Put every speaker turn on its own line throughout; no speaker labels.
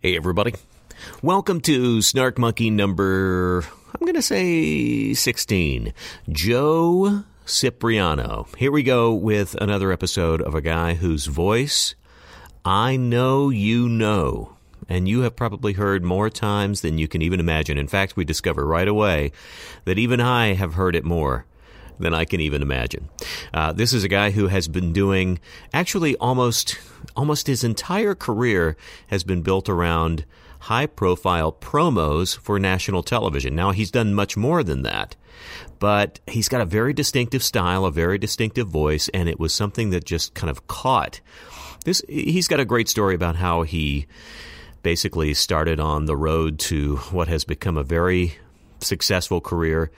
Hey, everybody. Welcome to Snark Monkey number, I'm going to say 16. Joe Cipriano. Here we go with another episode of a guy whose voice I know you know. And you have probably heard more times than you can even imagine. In fact, we discover right away that even I have heard it more than I can even imagine. Uh, this is a guy who has been doing actually almost almost his entire career has been built around high profile promos for national television. Now he's done much more than that. But he's got a very distinctive style, a very distinctive voice, and it was something that just kind of caught. This he's got a great story about how he basically started on the road to what has become a very successful career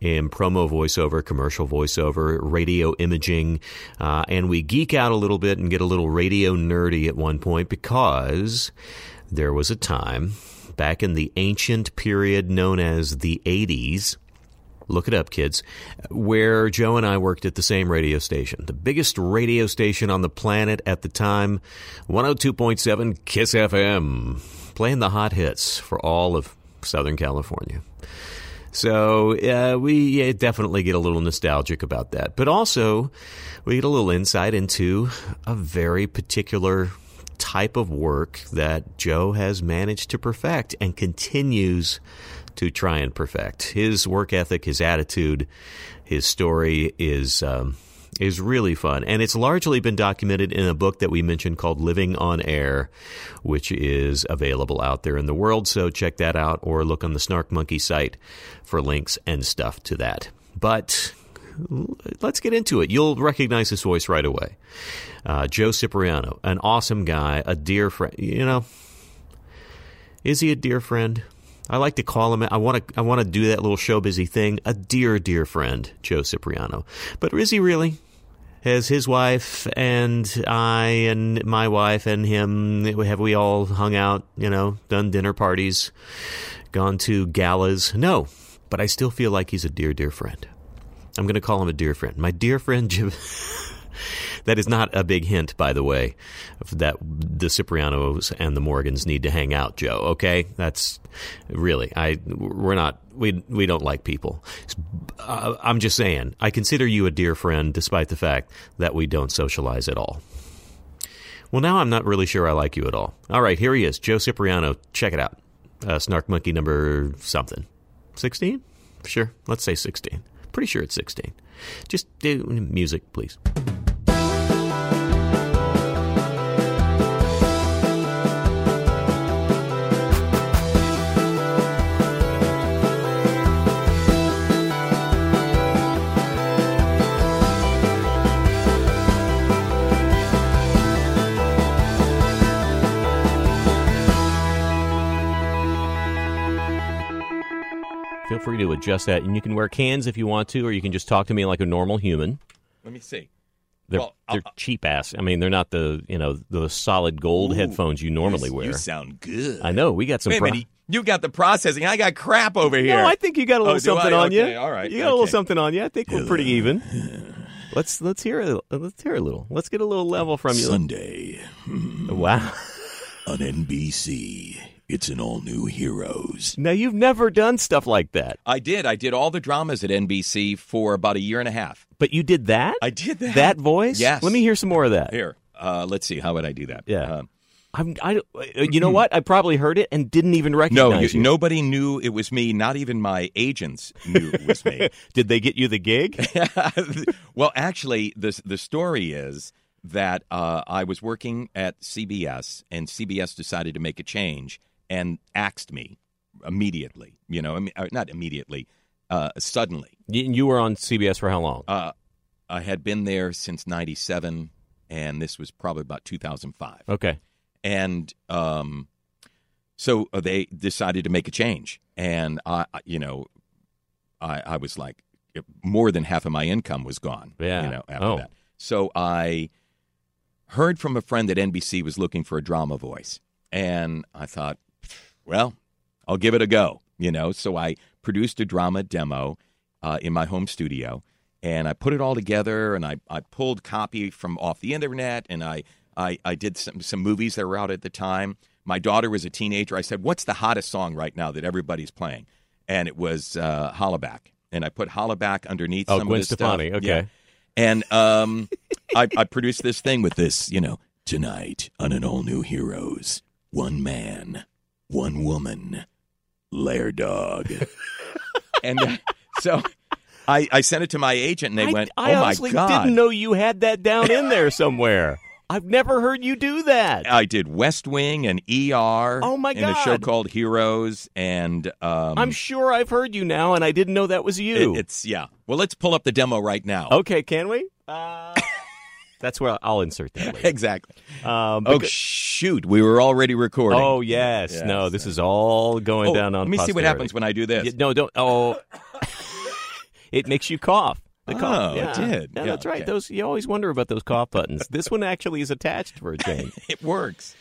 in promo voiceover, commercial voiceover, radio imaging, uh, and we geek out a little bit and get a little radio nerdy at one point because there was a time back in the ancient period known as the 80s. Look it up, kids. Where Joe and I worked at the same radio station, the biggest radio station on the planet at the time, 102.7 Kiss FM, playing the hot hits for all of Southern California. So uh, we uh, definitely get a little nostalgic about that. But also, we get a little insight into a very particular type of work that Joe has managed to perfect and continues to try and perfect. His work ethic, his attitude, his story is. Um, is really fun. And it's largely been documented in a book that we mentioned called Living on Air, which is available out there in the world. So check that out or look on the Snark Monkey site for links and stuff to that. But let's get into it. You'll recognize his voice right away. Uh, Joe Cipriano, an awesome guy, a dear friend. You know, is he a dear friend? I like to call him. I want to. I want to do that little show busy thing. A dear, dear friend, Joe Cipriano. But is he really? Has his wife and I and my wife and him have we all hung out? You know, done dinner parties, gone to galas? No, but I still feel like he's a dear, dear friend. I'm going to call him a dear friend. My dear friend Jim. that is not a big hint, by the way, that the Ciprianos and the Morgans need to hang out, Joe. Okay, that's really I we're not we we don't like people. Uh, I'm just saying I consider you a dear friend, despite the fact that we don't socialize at all. Well, now I'm not really sure I like you at all. All right, here he is, Joe Cipriano. Check it out, uh, Snark Monkey number something, sixteen. Sure, let's say sixteen. Pretty sure it's sixteen. Just do music, please. Feel free to adjust that, and you can wear cans if you want to, or you can just talk to me like a normal human.
Let me see.
They're
Well, I'll-
they're cheap ass. I mean, they're not the you know the solid gold
Ooh,
headphones you normally
you,
wear.
You sound good.
I know we got some.
Wait a
pro-
minute. You got the processing. I got crap over here.
No, I think you got a little
Oh, do
something
I?
on you.
Okay, all right,
you got a little
okay.
something on you. I think we're pretty even. Let's let's hear a, let's hear a little. Let's get a little level from you.
Sunday
Wow.
on NBC. It's an all new Heroes.
Now you've never done stuff like that,
I did. I did all the dramas at NBC for about a year and a half.
but you did that.
I did that.
That voice.
Yes.
Let me hear some more of that.
Here. Uh, let's see. How would I do that?
Yeah.
Um,
I'm, I, uh, you know what? I probably heard it and didn't even recognize
no, you,
you.
nobody knew it was me. Not even my agents knew it was me.
Did they get you the gig?
well, actually, the the story is that uh, I was working at CBS, and CBS decided to make a change and axed me immediately. You know, I mean, uh, not immediately, uh, suddenly.
you, you were on CBS for how long?
Uh, I had been there since '97, and this was probably about 2005
okay.
and um, So uh, they decided to make a change, and I, I- you know, I, I was like, if- more than half of my income was gone.
Yeah.
You know, after
Oh.
that. So I heard from a friend that NBC was looking for a drama voice, and I thought, well, I'll give it a go. You know, so I produced a drama demo uh, in my home studio, and I put it all together, and I, I pulled copy from off the internet, and I I, I did some some movies that were out at the time. My daughter was a teenager. I said, "What's the hottest song right now that everybody's playing?" And it was uh, Hollaback, and I put Hollaback underneath
Oh,
some
Gwen
of the
Stefani.
stuff.
Okay.
Yeah. and um, I, I produced this thing with this, you know,
Tonight on an all new Heroes, one man, one woman, Lair Dog.
and uh, so I, I sent it to my agent, and they
I,
went,
I
"Oh my
honestly
god!"
didn't know you had that down in there somewhere. I've never heard you do that.
I did West Wing and ER.
Oh, my
And a show
God.
called Heroes, and um,
I'm sure I've heard you now, and I didn't know that was
it-
you.
it's yeah. Well, let's pull up the demo right now.
okay, can we? Uh, that's where I'll insert that. Later.
exactly.
Um,
Oh
because-
shoot, we were already recording.
oh yes,
Yes.
no, this is all going
Oh,
down on.
Let me see what
posterity.
happens when I do this.
Yeah, no, don't. Oh, it makes you cough. The cough.
Oh, it
Yeah.
did.
No,
Yeah,
that's right.
okay.
Those you always wonder about those cough buttons. this one actually is attached for a change.
It works.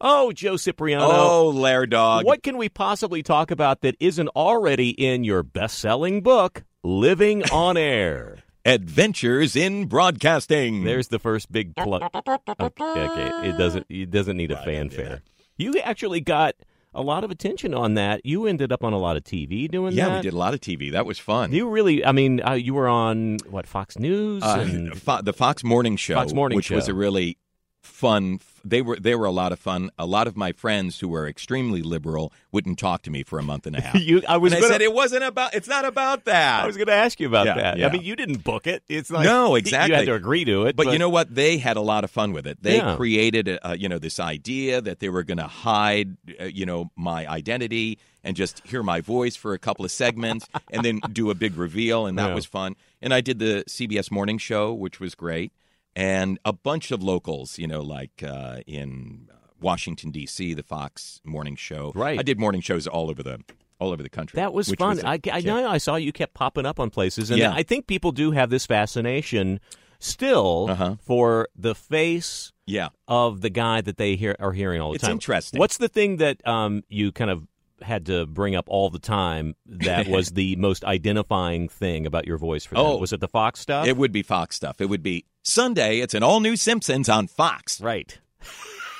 Oh, Joe Cipriano.
Oh, Lair Dog.
What can we possibly talk about that isn't already in your best-selling book, Living on Air?
Adventures in Broadcasting.
There's the first big plug. Okay, okay, it doesn't it doesn't need a fanfare. You actually got a lot of attention on that. You ended up on a lot of TV doing
yeah,
that.
we did a lot of TV. That was fun.
You really, I mean, uh, you were on what Fox News
Uh,
and
Fo- the Fox Morning Show,
Fox Morning
which was
Show.
a really fun. f- They were they were a lot of fun. A lot of my friends who were extremely liberal wouldn't talk to me for a month and a half.
you. I was
and I
gonna,
said it wasn't about. It's not about that.
I was going to ask you about
Yeah,
that.
yeah.
I mean, you didn't book it. It's like
No,
you- You
exactly.
had to agree to it.
but, you know what? They had a lot of fun with it. They
Yeah.
created, a, a, you know, this idea that they were going to hide, uh, you know, my identity and just hear my voice for a couple of segments, and then do a big reveal, and that
Yeah.
was fun. And I did the CBS Morning Show, which was great, and a bunch of locals, you know, like uh, in uh, Washington D.C., the Fox Morning Show.
Right.
I did morning shows all over the all over the country.
That was
which
fun.
a
I, I
kick.
know I saw you kept popping up on places, and
Yeah.
I think people do have this fascination still
Uh-huh.
for the face
Yeah.
of the guy that they hear are hearing all the
It's
time.
interesting.
What's the thing that um, you kind of had to bring up all the time that was the most identifying thing about your voice for them?
Oh.
Was it the Fox stuff?
It would be Fox stuff. It would be Sunday. It's an all new Simpsons on Fox,
right.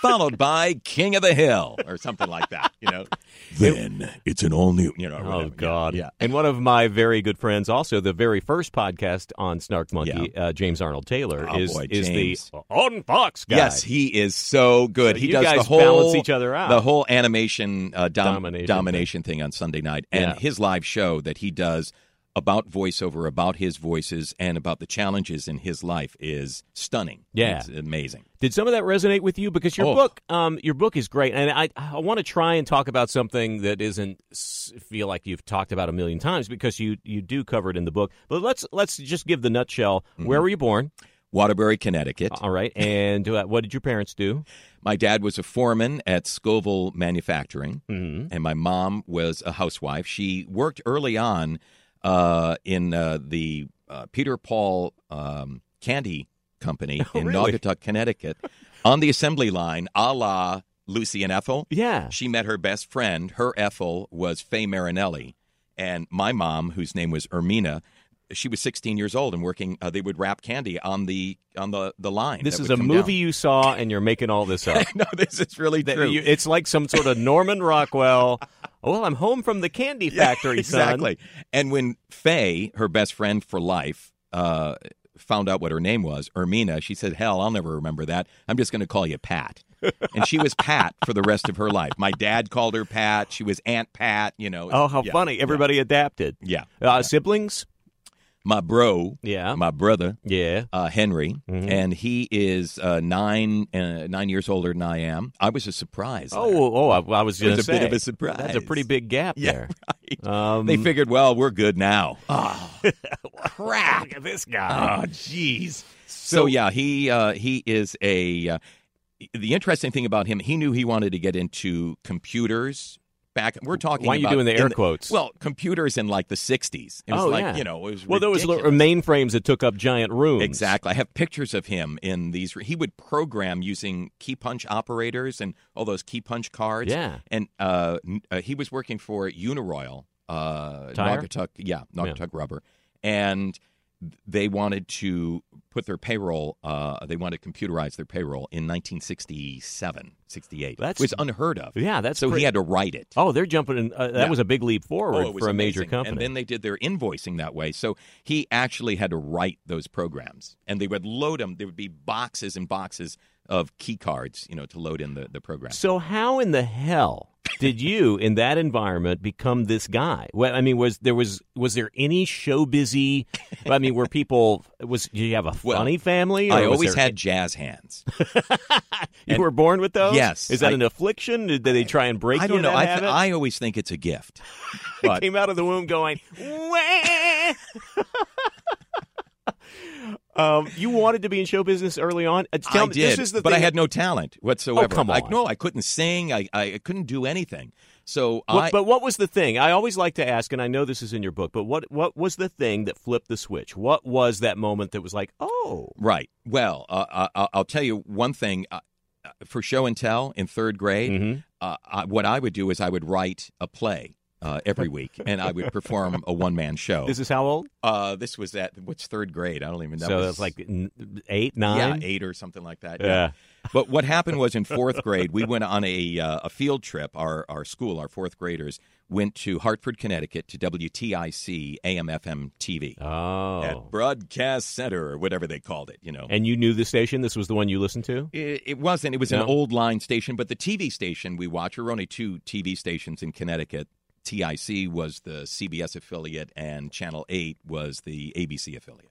followed by King of the Hill or something like that. You know,
then it's an all new.
you know. or
Oh
whatever. Yeah,
God!
Yeah.
and one of my very good friends, also the very first podcast on Snark Monkey, uh, James Arnold Taylor,
Oh,
is
boy,
is
James.
the on Fox guy.
Yes, he is so good.
So
he
you
does the
guys
whole
balance each other out.
The whole animation uh, dom-
Domination
domination, thing. on Sunday night,
Yeah.
and his live show that he does about voiceover, about his voices, and about the challenges in his life is stunning.
Yeah.
it's amazing.
Did some of that resonate with you? Because your
Oh.
book, um, your book is great, and I I want to try and talk about something that isn't s- feel like you've talked about a million times because you you do cover it in the book. But let's let's just give the nutshell.
Mm-hmm.
Where were you born?
Waterbury, Connecticut.
All right, and uh, what did your parents do?
My dad was a foreman at Scoville Manufacturing.
Mm-hmm.
and my mom was a housewife. She worked early on uh, in uh, the uh, Peter Paul um, Candy Company
Oh,
in
really?
Naugatuck, Connecticut, on the assembly line, a la Lucy and Ethel.
Yeah.
She met her best friend. Her Ethel was Faye Marinelli, and my mom, whose name was Ermina. She was 16 years old and working. Uh, they would wrap candy on the on the the line.
This
that
is
would
a
come down.
movie you saw, and you're making all this up.
no, this is really
That
true.
you- it's like some sort of Norman Rockwell. well, I'm home from the candy
Yeah,
factory,
exactly. And when Faye, her best friend for life, uh, found out what her name was, Ermina, she said, "Hell, I'll never remember that. I'm just going to call you Pat." and she was Pat for the rest of her life. My dad called her Pat. She was Aunt Pat. You know.
son. Oh, how
Yeah,
funny! Everybody adapted.
Yeah.
Uh, siblings?
My bro,
Yeah,
my brother,
yeah.
uh, Henry,
Mhm.
and he is uh, nine uh, nine years older than I am. I was a surprise.
Oh,
there.
oh, oh, I, I was
it
going
was
to
a
say
bit of a surprise.
that's a pretty big gap
Yeah, right.
there. Um, Ah,
They figured, well, we're good now.
crap. Oh, Look at this guy.
jeez. So, yeah, he uh, he is a uh, the interesting thing about him, he knew he wanted to get into computers. Back, we're talking.
Why are you
about
doing the air
in
quotes?
Well, computers in like the '60s. It was
oh
like
yeah,
you know, it was
well, there was
ridiculous.
little mainframes that took up giant rooms.
Exactly. I have pictures of him in these. He would program using key punch operators and all those key punch cards.
Yeah.
And uh, n- uh, he was working for Uniroyal, uh,
Tire?
Naugatuck, yeah, Naugatuck Rubber, and they wanted to put their payroll. Uh, they wanted to computerize their payroll in 1967, 68.
That's-
was unheard of.
Yeah, that's
so
pretty-
he had to write it.
Oh, they're jumping. in. Uh, that
Yeah.
was a big leap forward
Oh, it was
for a major
amazing.
company.
And then they did their invoicing that way. So he actually had to write those programs, and they would load them. There would be boxes and boxes of key cards, you know, to load in the the program.
so how in the hell did you, in that environment, become this guy? Well, I mean, was there was was there any show busy? I mean, were people was did you have a
Well,
funny family? or
I
was
always
there-
had jazz hands.
You were born with those.
Yes,
Is that
I-
an affliction? Did they try and break
I
you?
don't
in
know.
that
I,
habit?
I always think it's a gift. But
came out of the womb going, "Wah." um, you wanted to be in show business early on. Uh, Tell
I
me,
did,
This is the
but I
thing- Oh,
had no talent whatsoever.
come
I,
on.
no, I couldn't sing. I, I couldn't do anything. So
What-
I,
but what was the thing? I always like to ask, and I know this is in your book, but what what was the thing that flipped the switch? What was that moment that was like, oh,
Right. Well, uh, I, I'll tell you one thing. Uh, for show and tell in third grade,
Mhm.
uh, I, what I would do is I would write a play uh, every week, and I would perform a one man show.
this is how old?
uh, this was at what's third grade? I don't even know.
so
It
it's like n- eight,
yeah,
nine.
eight or something like that.
Yeah.
But what happened was in fourth grade, we went on a uh, a field trip. Our our school, our fourth graders, went to Hartford, Connecticut, to WTIC AM/FM TV at
Oh,
Broadcast Center or whatever they called it. You know,
and you knew the station. This was the one you listened to.
It, it wasn't. It was
No?
an old line station, but the TV station we watch, there were only two TV stations in Connecticut. TIC was the CBS affiliate, and Channel 8 was the ABC affiliate.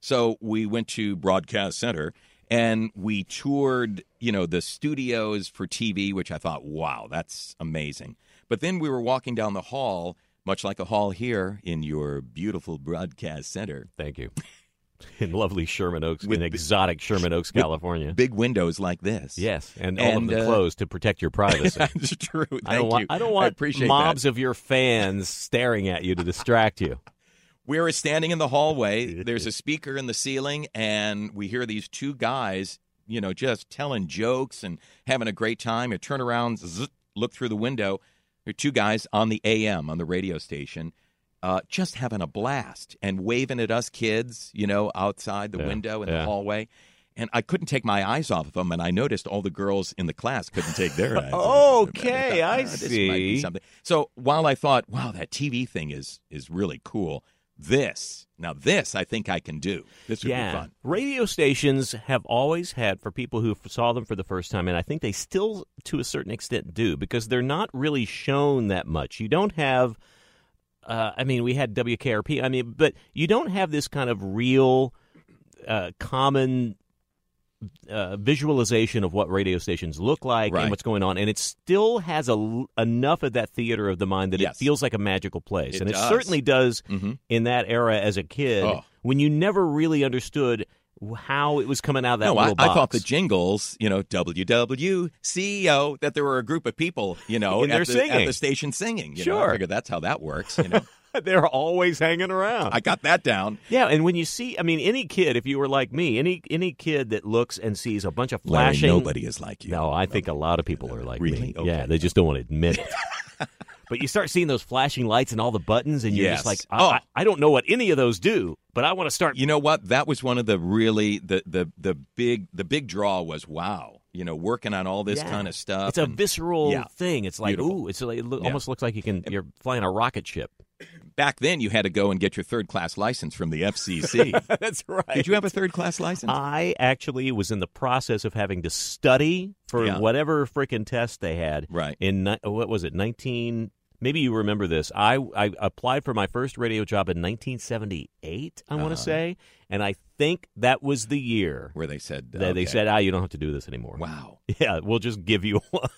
So we went to Broadcast Center and we toured, you know, the studios for TV, which I thought, wow, that's amazing. But then we were walking down the hall, much like a hall here in your beautiful Broadcast Center.
Thank you. In lovely Sherman Oaks,
With
in
the-
exotic Sherman Oaks, California.
Big windows like this.
Yes, and all of
And,
them
uh,
closed to protect your privacy.
That's true. Thank
I don't want
you.
I don't want
appreciate that.
mobs of your fans staring at you to distract you.
We were standing in the hallway. There's a speaker in the ceiling, and we hear these two guys, you know, just telling jokes and having a great time. I turn around, zzz, look through the window. There are two guys on the AM, on the radio station, uh, just having a blast and waving at us kids, you know, outside the
Yeah,
window in
yeah.
the hallway. And I couldn't take my eyes off of them, and I noticed all the girls in the class couldn't take their eyes. off of them. And
Okay, I
"Ah, this might be
see."
something something. So while I thought, wow, that TV thing is is really cool. This now, this I think I can do. This would be fun.
radio stations have always had for people who saw them for the first time, and I think they still, to a certain extent, do because they're not really shown that much. You don't have. Uh, I mean, we had WKRP. I mean, but you don't have this kind of real, uh, common uh, visualization of what radio stations look like and
Right.
what's going on, and it still has a l- enough of that theater of the mind that
Yes.
it feels like a magical place,
It
and it
does.
certainly does
Mhm.
in that era as a kid
Oh.
when you never really understood w- how it was coming out of that
no, I,
little box.
I thought the jingles, you know, WWCO, that there were a group of people, you know,
And
at,
they're
the,
singing.
at the station singing. You know,
Sure.
I figured that's how that works. You know,
they're always hanging around.
I got that down.
yeah, and when you see, I mean, any kid, if you were like me, any any kid that looks and sees a bunch of
Larry,
flashing.
nobody is like you.
No, I think a lot of people are like me.
Really? Okay.
Yeah, they just don't want to admit it. but you start seeing those flashing lights and all the buttons, and you're just
Yes.
like, I,
Oh.
I, I don't know what any of those do, but I want to start.
You know what? That was one of the really the the the big the big draw was wow. You know, working on all this
Yeah.
kind of stuff.
It's a
and-
visceral
Yeah.
thing. It's like,
Beautiful.
ooh, it's like, it look,
Yeah.
almost looks like you can. You're flying a rocket ship.
back then you had to go and get your third class license from the FCC.
That's right. Uh,
Did you have a third class license?
I actually was in the process of having to study for
Yeah.
whatever freaking test they had.
Right.
In ni- what was it? Nineteen. Maybe you
Uh-huh.
remember this. I I applied for my first radio job in 1978. I want to say, And I think that was the year
where they said
that they
okay.
said, ah, you don't have to do this anymore.
Wow.
Yeah, we'll just give you one.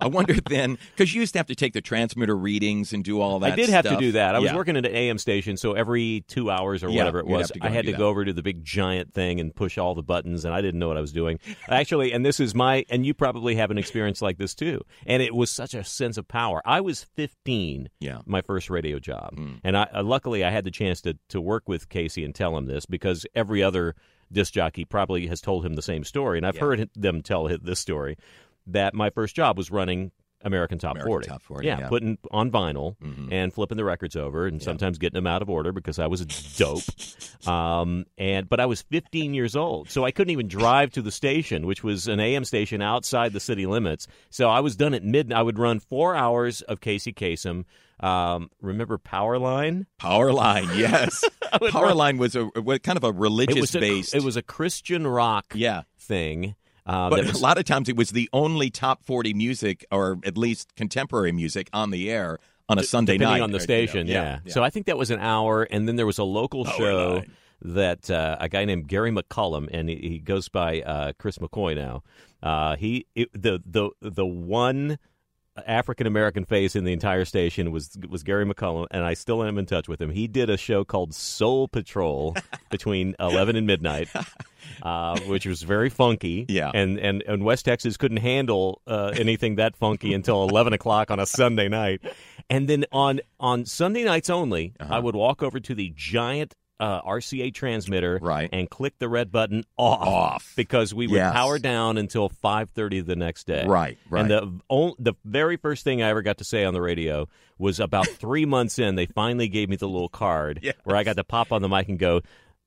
I wonder then, because you used to have to take the transmitter readings and do all that.
I did have to
stuff.
do that. I was
Yeah.
working at an AM station, so every two hours or
Yeah,
whatever it
you'd have
was,
to go
I
and
had
do
to
that.
go over to the big giant thing and push all the buttons, and I didn't know what I was doing. Actually, and this is my, and you probably have an experience like this too. And it was such a sense of power. I was 15,
Yeah.
my first radio job,
Hmm.
and I, uh, luckily I had the chance to to work with Casey and tell him this because every other disc jockey probably has told him the same story, and I've heard them tell hi- this story that my first job was running. American Top
American
40.
Top 40, yeah. Mm-hmm.
putting on vinyl and flipping the records over and sometimes getting them out of order because I was a dope. um, and but I was 15 years old, so I couldn't even drive to the station, which was an AM station outside the city limits. So I was done at midnight. I would run four hours of Casey Kasem. Um, remember Powerline?
Powerline, yes.
would
Powerline was a was kind of a religious
it was a,
based.
It was a Christian rock
yeah.
thing. Uh,
But
that was-
a lot of times it was the only top 40 music, or at least contemporary music, on the air on a Sunday
depending
night.
on the
or, you know,
station. yeah. So I think that was an hour, and then there was a local show that uh, a guy named Gary McCollum, and he, he goes by uh, Chris McCoy now. Uh, he it, the the the one. African American face in the entire station was was Gary McCollum, and I still am in touch with him. He did a show called Soul Patrol between eleven and midnight, uh, which was very funky.
Yeah.
and and and West Texas couldn't handle uh, anything that funky until eleven o'clock on a Sunday night, and then on on Sunday nights only,
Uh-huh.
I would walk over to the giant. Uh, RCA transmitter,
Right.
and click the red button off,
Off.
because we would
Yes.
power down until five thirty the next day.
Right, right.
And the the on- the very first thing I ever got to say on the radio was about three months in. They finally gave me the little card where I got to pop on the mic and go.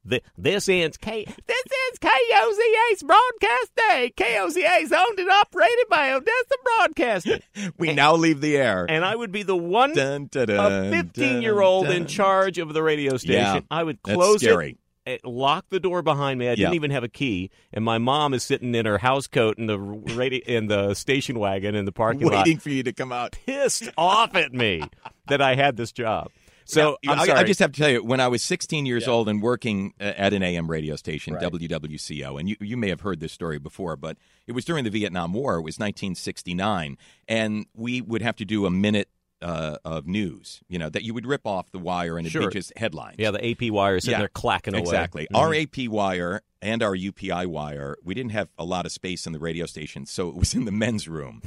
"Th- This ends K. This is KOZA's broadcast day. KOZA's owned and operated by Odessa Broadcasting,
We now leave the air.
and I would be the one
Dun, dun,
a
dun,
15 year old
dun,
in
dun.
charge of the radio station.
Yeah,
I would
that's
close
scary.
it, eh, lock the door behind me. I didn't
Yeah.
even have a key, and my mom is sitting in her house coat in the radio in the station wagon in the parking lot,
Waiting for you to come out.
pissed off at me that I had this job. So
Yeah,
I'm
I-
sorry.
I just have to tell you, when I was 16 years old and working uh, at an AM radio station, WWCO, and you, you may have heard this story before, but it was during the Vietnam War. It was 1969, and we would have to do a minute uh, of news. You know that you would rip off the wire and
Sure.
it'd be just headlines.
yeah, the AP wire is sitting
Yeah,
there clacking away.
Exactly.
Mhm.
Our AP wire and our UPI wire, we didn't have a lot of space in the radio station, so it was in the men's room.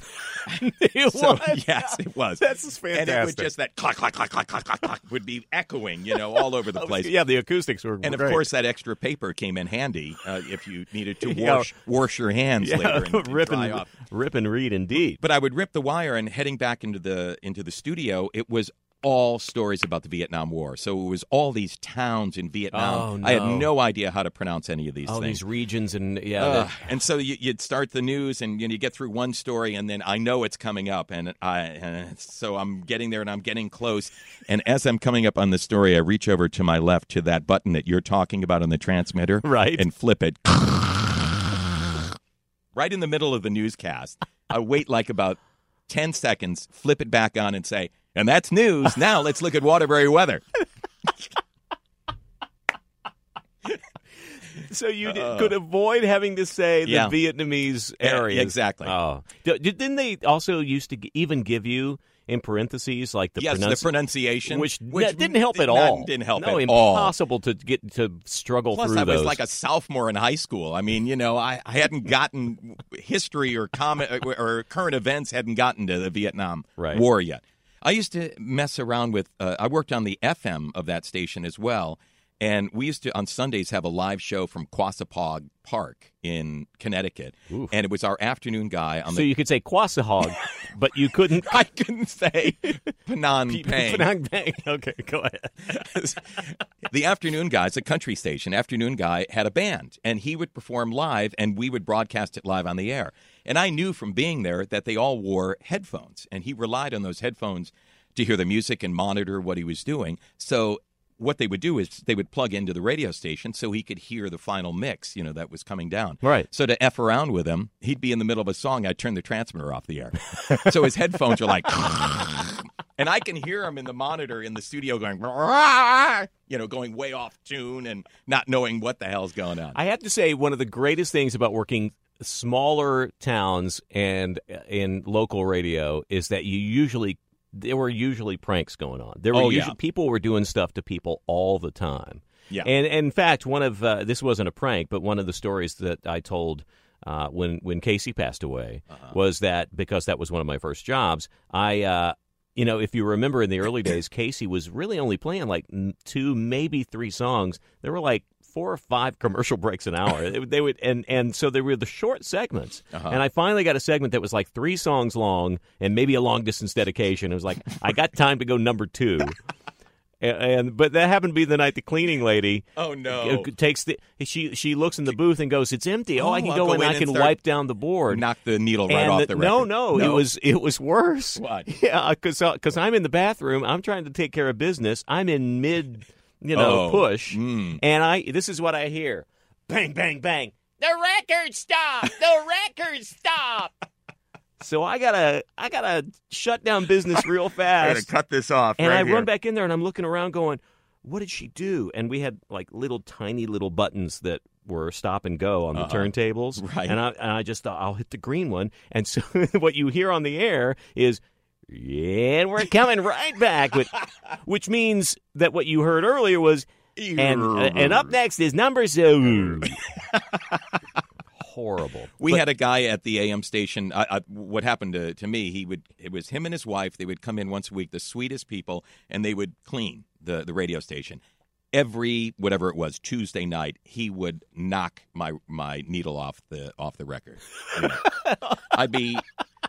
It
So,
was.
yes, it was.
This is
and it would
fantastic.
just that clack, clack, clack, clack, clack, clack, clack would be echoing, you know, all over the place.
yeah, the acoustics were
And of
great.
course, that extra paper came in handy uh, if you needed to
Yeah.
wash, wash your hands
yeah,
later and, and
rip
dry
and
off.
rip and read indeed.
But I would rip the wire, and heading back into the into the studio, it was all stories about the Vietnam War. So it was all these towns in Vietnam.
Oh,
I had
no.
no idea how to pronounce any of these
Oh,
things.
these regions and yeah,
Ugh.
the-
and so you, you'd start the news, and you, know, you get through one story, and then I know it's coming up, and I and so I'm getting there, and I'm getting close, and as I'm coming up on the story, I reach over to my left to that button that you're talking about on the transmitter,
Right.
and flip it, right in the middle of the newscast. I wait like about ten seconds, flip it back on, and say, "And that's news." Now let's look at Waterbury weather.
so you d could avoid having to say the
Yeah.
Vietnamese
Yeah,
area
exactly.
Oh, D- d- didn't they also used to g- even give you in parentheses like the
yes,
pronunci-
the pronunciation,
which, that didn't help at
did not-
all.
Didn't help
no,
at all.
impossible to get to struggle
Plus,
through
I was
those.
like a sophomore in high school. I mean, you know, I, I hadn't gotten history or comment or current events hadn't gotten to the Vietnam
Right.
War yet. I used to mess around with. Uh, I worked on the FM of that station as well, and we used to on Sundays have a live show from Quassapog Park in Connecticut, and it was our afternoon guy on
so
the.
you could say Quassahog, but you couldn't.
I couldn't say Phnom Penh.
Penang Bang. Okay, go ahead.
the afternoon guy, it's a country station. Afternoon guy had a band, and he would perform live, and we would broadcast it live on the air. And I knew from being there that they all wore headphones, and he relied on those headphones to hear the music and monitor what he was doing. So what they would do is they would plug into the radio station so he could hear the final mix, you know, that was coming down.
Right.
So to f around with him, he'd be in the middle of a song. I'd turn the transmitter off the air, so his headphones are like. and I can hear him in the monitor in the studio going, "Rah," you know, going way off tune and not knowing what the hell's going on.
I have to say, one of the greatest things about working smaller towns and uh, in local radio is that you usually there were usually pranks going on. There were
Oh, yeah.
usually, people were doing stuff to people all the time.
Yeah.
And, and in fact, one of uh, this wasn't a prank, but one of the stories that I told uh, when when Casey passed away was that because that was one of my first jobs, I. Uh, you know, if you remember in the early days, Casey was really only playing like n- two, maybe three songs. There were like four or five commercial breaks an hour. they, would- they would, and and so they were the short segments. And I finally got a segment that was like three songs long and maybe a long distance dedication. It was like I got time to go number two. And, and but that happened to be the night the cleaning lady
oh no!
uh, takes the she she looks in the booth and goes, "It's empty. Oh,
Oh,
I can
I'll
go,
go
in.
in
I
and
can
start-
wipe down the board."
Knock the needle right
And
off
the-
the
no,
record.
no, it was it was worse.
What?
Yeah, because because I'm in the bathroom. I'm trying to take care of business. I'm in mid, you know,
Oh,
push,
mm.
and I this is what I hear: bang, bang, bang. The record stop. The record stop. So I gotta I gotta shut down business real
I
fast.
gotta cut this off.
And
right
I
here.
run back in there and I'm looking around going, what did she do? And we had like little tiny little buttons that were stop and go on the
Uh-huh.
turntables.
Right.
And I, and I just thought, I'll hit the green one. And so what you hear on the air is, yeah, and we're coming right back, which, which means that what you heard earlier was, and, uh, and up next is number two. Horrible.
We had a guy at the AM station. I, I, what happened to, to me? He would. It was him and his wife. They would come in once a week, the sweetest people, and they would clean the the radio station. Every whatever it was Tuesday night, he would knock my my needle off the off the record. You know. I'd be.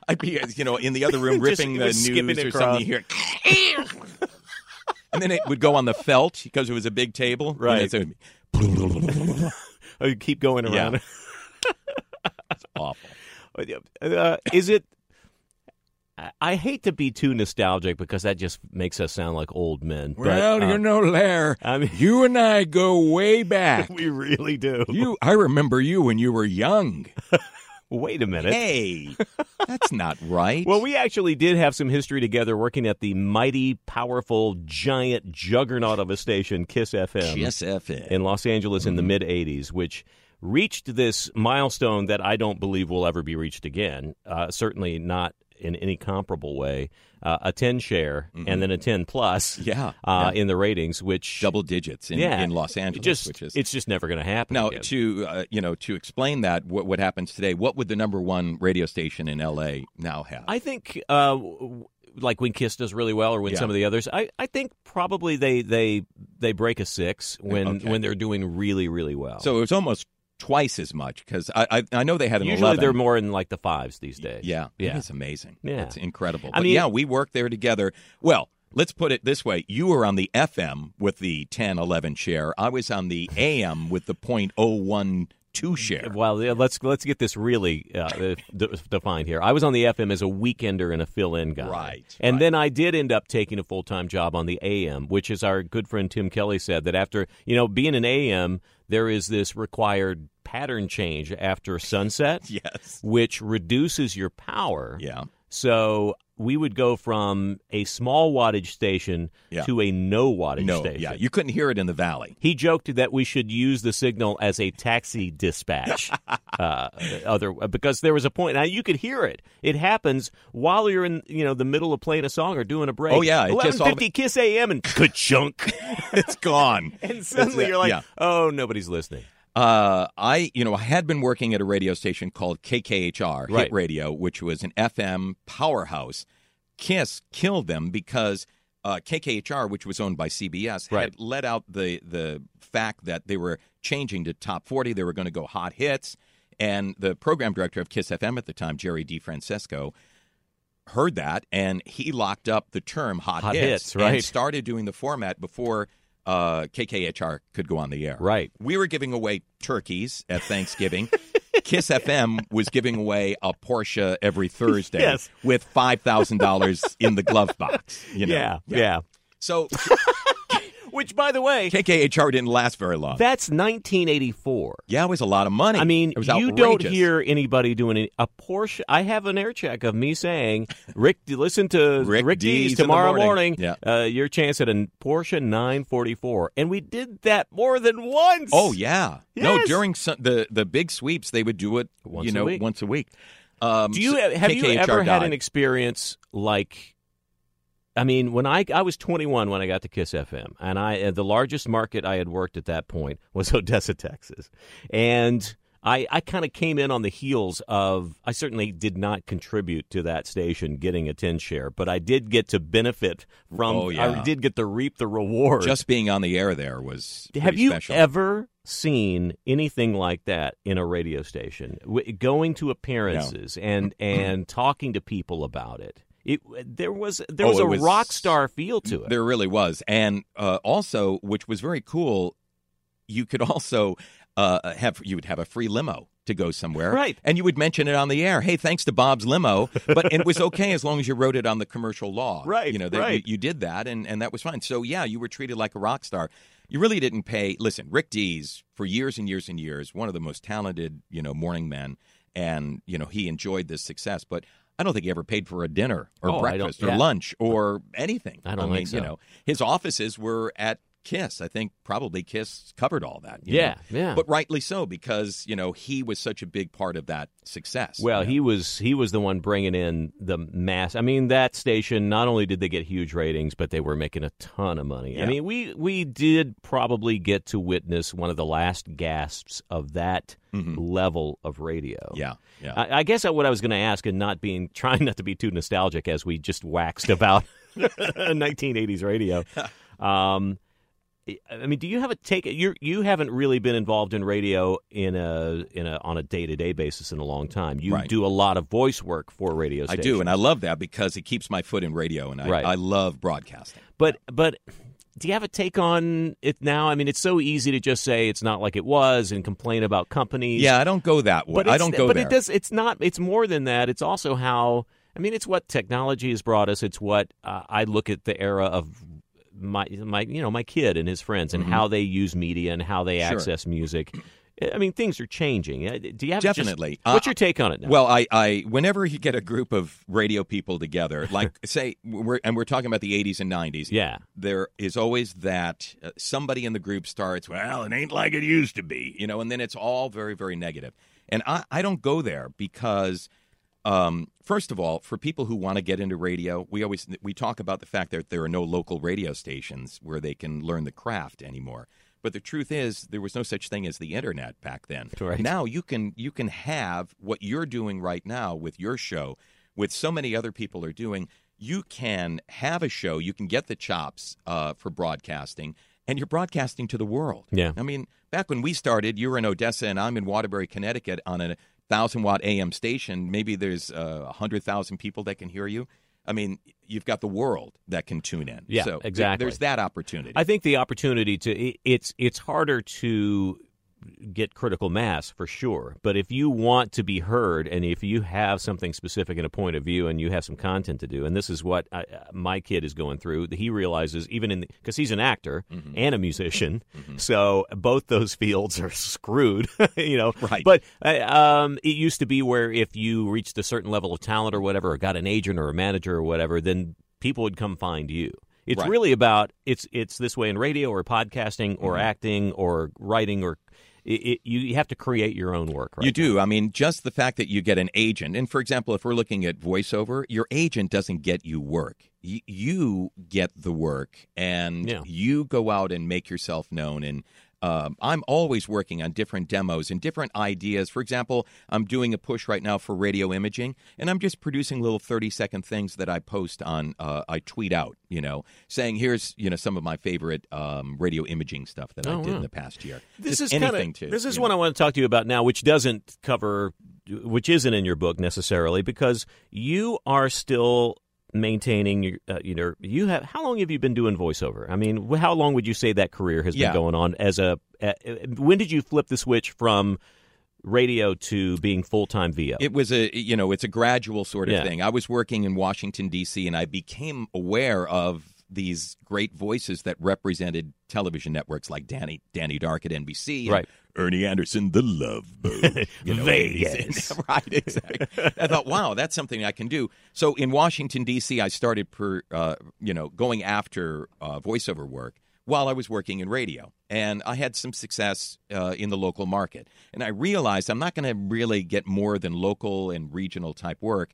I'd be, you know, in the other room
Just-
ripping
it
the
was
news
skipping
or
across.
something. You hear, and then it would go on the felt because it was a big table.
Right.
And it's- it would be
Oh, you keep going around.
Yeah. awful.
Uh, is it? I- I hate to be too nostalgic because that just makes us sound like old men. but,
Well,
uh,
you know, Lair,
I mean-
you and I go way back.
we really do.
you, I remember you when you were young.
Wait a minute.
Hey, that's not right.
Well, we actually did have some history together working at the mighty, powerful, giant juggernaut of a station, Kiss FM,
GSFN.
in Los Angeles
Mm-hmm.
in the mid '80s, which reached this milestone that I don't believe will ever be reached again. Uh, certainly not in any comparable way. Uh, a 10 share and then a 10 plus.
Mm-hmm. Yeah,
uh, in the ratings, which
double digits in,
yeah,
in Los
it
Angeles,
just
which is
it's just never going to happen.
now
again.
to uh, you know to explain that what what happens today. What would the number one radio station in L.A. now have?
I think uh, w- w- like when Kiss does really well, or when
Yeah.
some of the others, I, I think probably they they they break a six when
Okay.
when they're doing really really well.
so it was almost twice as much because I, I I know they had an
usually
11.
they're more in like the fives these days.
Yeah,
yeah.
it's amazing.
Yeah.
it's incredible.
I
But
mean-
yeah, we worked there together. Well. Let's put it this way. You were on the FM with the 10, 11 share. I was on the AM with the .012 share.
Well, yeah, let's let's get this really uh, uh, de- defined here. I was on the FM as a weekender and a fill-in guy,
Right,
And
right.
then I did end up taking a full-time job on the AM, which is our good friend Tim Kelly said that after you know being an AM, there is this required pattern change after sunset,
Yes.
which reduces your power.
Yeah.
So we would go from a small wattage station
Yeah.
to a no wattage
No.
station.
Yeah. You couldn't hear it in the valley.
He joked that we should use the signal as a taxi dispatch, uh, other because there was a point. Now you could hear it. It happens while you're in, you know, the middle of playing a song or doing a break.
Oh, yeah, it
eleven
just all-
fifty Kiss AM and ka-chunk.
it's gone.
and suddenly
It's-
you're like,
yeah.
oh, nobody's listening.
Uh, I, you know, I had been working at a radio station called KKHR,
Right.
Hit Radio, which was an FM powerhouse. Kiss killed them because uh, KKHR, which was owned by CBS,
Right.
had let out the the fact that they were changing to top forty. They were going to go hot hits, and the program director of Kiss FM at the time, Jerry DeFrancesco, heard that and he locked up the term hot,
Hot hits,
hits,
right.
and started doing the format before uh, KKHR could go on the air.
Right.
We were giving away turkeys at Thanksgiving. Kiss FM was giving away a Porsche every Thursday
Yes.
with five thousand dollars in the glove box. You know?
yeah, yeah,
So
which, by the way,
KKHR didn't last very long.
that's 1984.
yeah, it was a lot of money.
I mean,
it was
you don't
outrageous.
hear anybody doing any, a Porsche. I have an air check of me saying, "Rick, d- listen to
Rick Dees
Dees
in the
tomorrow
morning."
uh, your chance at a Porsche 944." And we did that more than once.
Oh yeah, no.
Yes.
During some, the the big sweeps, they would do it.
Once
you
a
know,
week.
once a week. Um,
Do you e-,
so
have you
KKHR
ever had
died.
an experience like? I mean, when I I was 21 when I got to Kiss FM, and I uh, the largest market I had worked at that point was Odessa, Texas, and I I kind of came in on the heels of I certainly did not contribute to that station getting a 10 share, but I did get to benefit from.
Oh, yeah.
I did get to reap the reward.
Just being on the air there was
Have
pretty
you
special.
ever seen anything like that in a radio station? W- going to appearances and and talking to people about it. It there was there
Oh,
was
it
a
was-
rock star feel to it.
There really was, and uh, also, which was very cool, you could also uh, have you would have a free limo to go somewhere,
Right.
And you would mention it on the air. Hey, thanks to Bob's limo, but it was okay as long as you wrote it on the commercial law,
Right,
You know, that
right.
you, you did that, and and that was fine. So yeah, you were treated like a rock star. You really didn't pay. Listen, Rick Dees for years and years and years, one of the most talented, you know, morning men, and you know he enjoyed this success, but. I don't think he ever paid for a dinner or
Oh, I don't-
breakfast or
yeah.
lunch or anything.
I don't
mean,
think
You
so.
know, his offices were at Kiss. I think probably Kiss covered all that. you
yeah,
know.
yeah.
But rightly so because you know he was such a big part of that success.
well,
you know.
he was he was the one bringing in the mass. I mean, that station not only did they get huge ratings, but they were making a ton of money. I
Yeah.
mean, we we did probably get to witness one of the last gasps of that level of radio.
Mm-hmm. yeah, yeah.
I, I guess what I was going to ask, and not being trying not to be too nostalgic as we just waxed about 1980s radio. Um, I I mean, do you have a take? You you haven't really been involved in radio in a in a on a day to day basis in a long time. You
Right.
do a lot of voice work for radio.
I
Stations.
do, and I love that because it keeps my foot in radio, and I,
Right.
I love broadcasting.
But but do you have a take on it now? I mean, it's so easy to just say it's not like it was and complain about companies.
Yeah, I don't go that way.
but
I
it's-
don't go
But
there.
it does. It's not. It's more than that. It's also how. I mean, it's what technology has brought us. It's what uh, I look at the era of my my you know my kid and his friends and how they use media and how they
Mm-hmm. Sure.
access music. I mean, things are changing. Uh, Do you have just-
Definitely. Uh,
what's your take on it? Now?
Well, I, I whenever you get a group of radio people together, like say we're and we're talking about the 80s and 90s,
yeah,
there is always that uh, somebody in the group starts, well, it ain't like it used to be, you know, and then it's all very, very negative. And I, I don't go there because, um, first of all, for people who want to get into radio, we always we talk about the fact that there are no local radio stations where they can learn the craft anymore. But the truth is, there was no such thing as the internet back then.
Right.
Now you can you can have what you're doing right now with your show, with so many other people are doing. You can have a show. You can get the chops uh, for broadcasting, and you're broadcasting to the world.
Yeah.
I mean, back when we started, you were in Odessa, and I'm in Waterbury, Connecticut, on a thousand watt AM station. Maybe there's uh, a hundred thousand people that can hear you. I mean, you've got the world that can tune in.
Yeah,
so th-
exactly.
There's that opportunity.
I think the opportunity to i- it's it's harder to get critical mass for sure. But if you want to be heard and if you have something specific and a point of view and you have some content to do, and this is what I, uh, my kid is going through, that he realizes even in because he's an actor and a musician, so both those fields are screwed, you know.
Right.
But uh, um, it used to be where if you reached a certain level of talent or whatever, or got an agent or a manager or whatever, then people would come find you. It's
Right.
really about it's it's this way in radio or podcasting or
Mm-hmm.
acting or writing or it, it, you you have to create your own work. Right?
You do. I mean, just the fact that you get an agent, and for example, if we're looking at voiceover, your agent doesn't get you work. Y- you get the work, and
Yeah.
you go out and make yourself known. And um, I'm always working on different demos and different ideas. For example, I'm doing a push right now for radio imaging, and I'm just producing little 30 second things that I post on, uh, I tweet out, you know, saying here's you know some of my favorite um, radio imaging stuff that I
Oh,
did
wow.
in the past year.
This
Just
is kinda-
anything to
This is
you know.
what I want to talk to you about now, which doesn't cover, which isn't in your book necessarily, because you are still maintaining your, uh, you know, you have. How long have you been doing voiceover? I mean, wh- how long would you say that career has
Yeah.
been going on as a? Uh, when did you flip the switch from radio to being full time VO?
It was a you know it's a gradual sort of
Yeah.
thing. I was working in Washington D.C. and I became aware of these great voices that represented television networks like Danny Danny Dark at NBC, and
Right.
Ernie Anderson, the Love Boat, you know,
Vegas.
right? Exactly. I thought, wow, that's something I can do. So in Washington D.C., I started per, uh, you know going after uh, voiceover work while I was working in radio, and I had some success uh, in the local market. And I realized I'm not going to really get more than local and regional type work.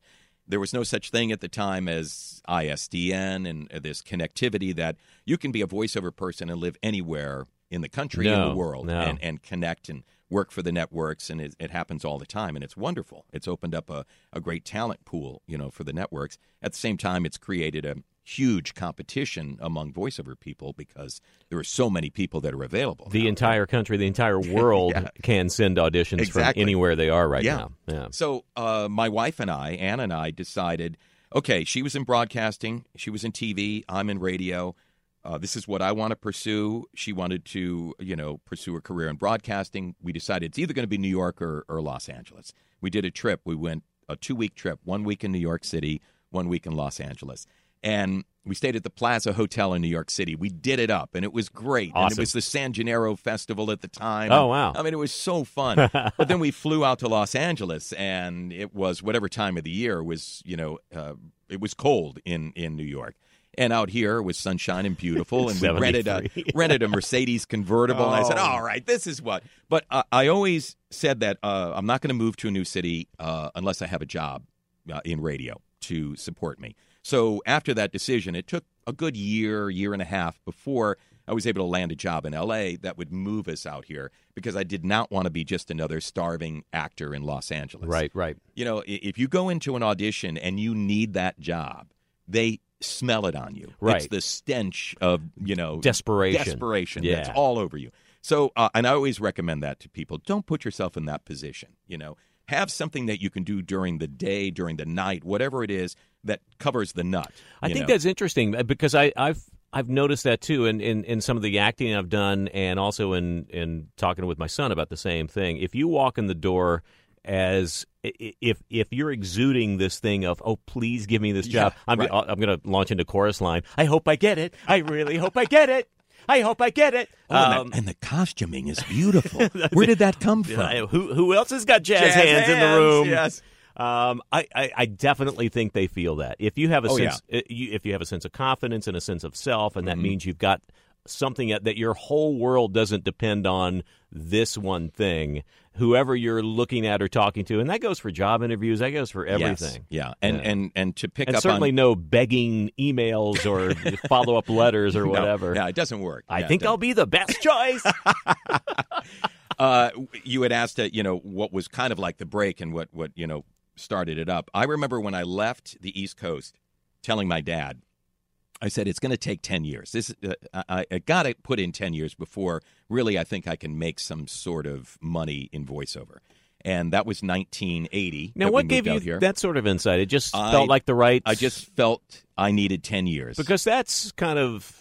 There was no such thing at the time as ISDN and uh, this connectivity that you can be a voiceover person and live anywhere in the country, in
No,
the world,
no.
and, and connect and work for the networks and it, it happens all the time and it's wonderful it's opened up a, a great talent pool you know for the networks at the same time it's created a huge competition among voiceover people because there are so many people that are available
The
now.
entire country, the entire world
Yeah.
can send auditions from
Exactly.
anywhere they are right
Yeah.
now. Yeah.
So uh, my wife and I, Ann and I, decided. Okay, she was in broadcasting. She was in TV. I'm in radio. Uh, this is what I want to pursue. She wanted to, you know, pursue a career in broadcasting. We decided it's either going to be New York or, or Los Angeles. We did a trip. We went a two week trip. One week in New York City, one week in Los Angeles, and we stayed at the Plaza Hotel in New York City. We did it up, and it was great. And
Awesome.
it was the San Gennaro Festival at the time.
Oh, wow.
I mean, it was so fun. but then we flew out to Los Angeles, and it was whatever time of the year was, you know, uh, it was cold in in New York. And out here it was sunshine and beautiful, and we rented a
73.
rented a Mercedes convertible. And
Oh.
I said, "All right, this is what." But uh, I always said that uh, I'm not going to move to a new city uh, unless I have a job uh, in radio to support me. So after that decision, it took a good year, year and a half before I was able to land a job in LA that would move us out here because I did not want to be just another starving actor in Los Angeles.
Right, right.
You know, i- if you go into an audition and you need that job, they smell it on you. It's
Right.
the stench of, you know,
Desperation.
desperation
Yeah.
that's all over you. So, uh, and I always recommend that to people. Don't put yourself in that position. You know, have something that you can do during the day, during the night, whatever it is that covers the nut.
I
you
think
know.
that's interesting uh, because I, I've I've noticed that too in, in, in some of the acting I've done and also in, in talking with my son about the same thing. If you walk in the door as i- i- if if you're exuding this thing of oh please give me this job I'm
right.
I'm going to launch into chorus line I hope I get it I really hope I get it I hope I get it
Oh, and,
Um,
the, and the costuming is beautiful. Where did that come from?
I- who who else has got jazz,
Jazz
hands, in the room
yes.
Um, I, I, I definitely think they feel that if you have a
Oh,
sense i- you, if you have a sense of confidence and a sense of self, and that
Mm-hmm.
means you've got something that, that your whole world doesn't depend on this one thing. Whoever you're looking at or talking to, and that goes for job interviews, that goes for
Yes.
everything,
Yeah. And,
Yeah.
and and to pick
and
up
certainly
on
no begging emails or follow up letters or
No,
whatever.
yeah, it doesn't work.
I
Yeah, it
think
doesn't.
I'll be the best choice.
Uh, you had asked, uh, you know, what was kind of like the break and what, what, you know, started it up. I remember when I left the East Coast telling my dad, I said, it's going to take 10 years. This, uh, I, I got to put in 10 years before really I think I can make some sort of money in voiceover. And that was 1980.
now,
that we
what
moved
gave you
out here.
that sort of insight? It just
I-
felt like the right.
I just felt I needed 10 years.
because that's kind of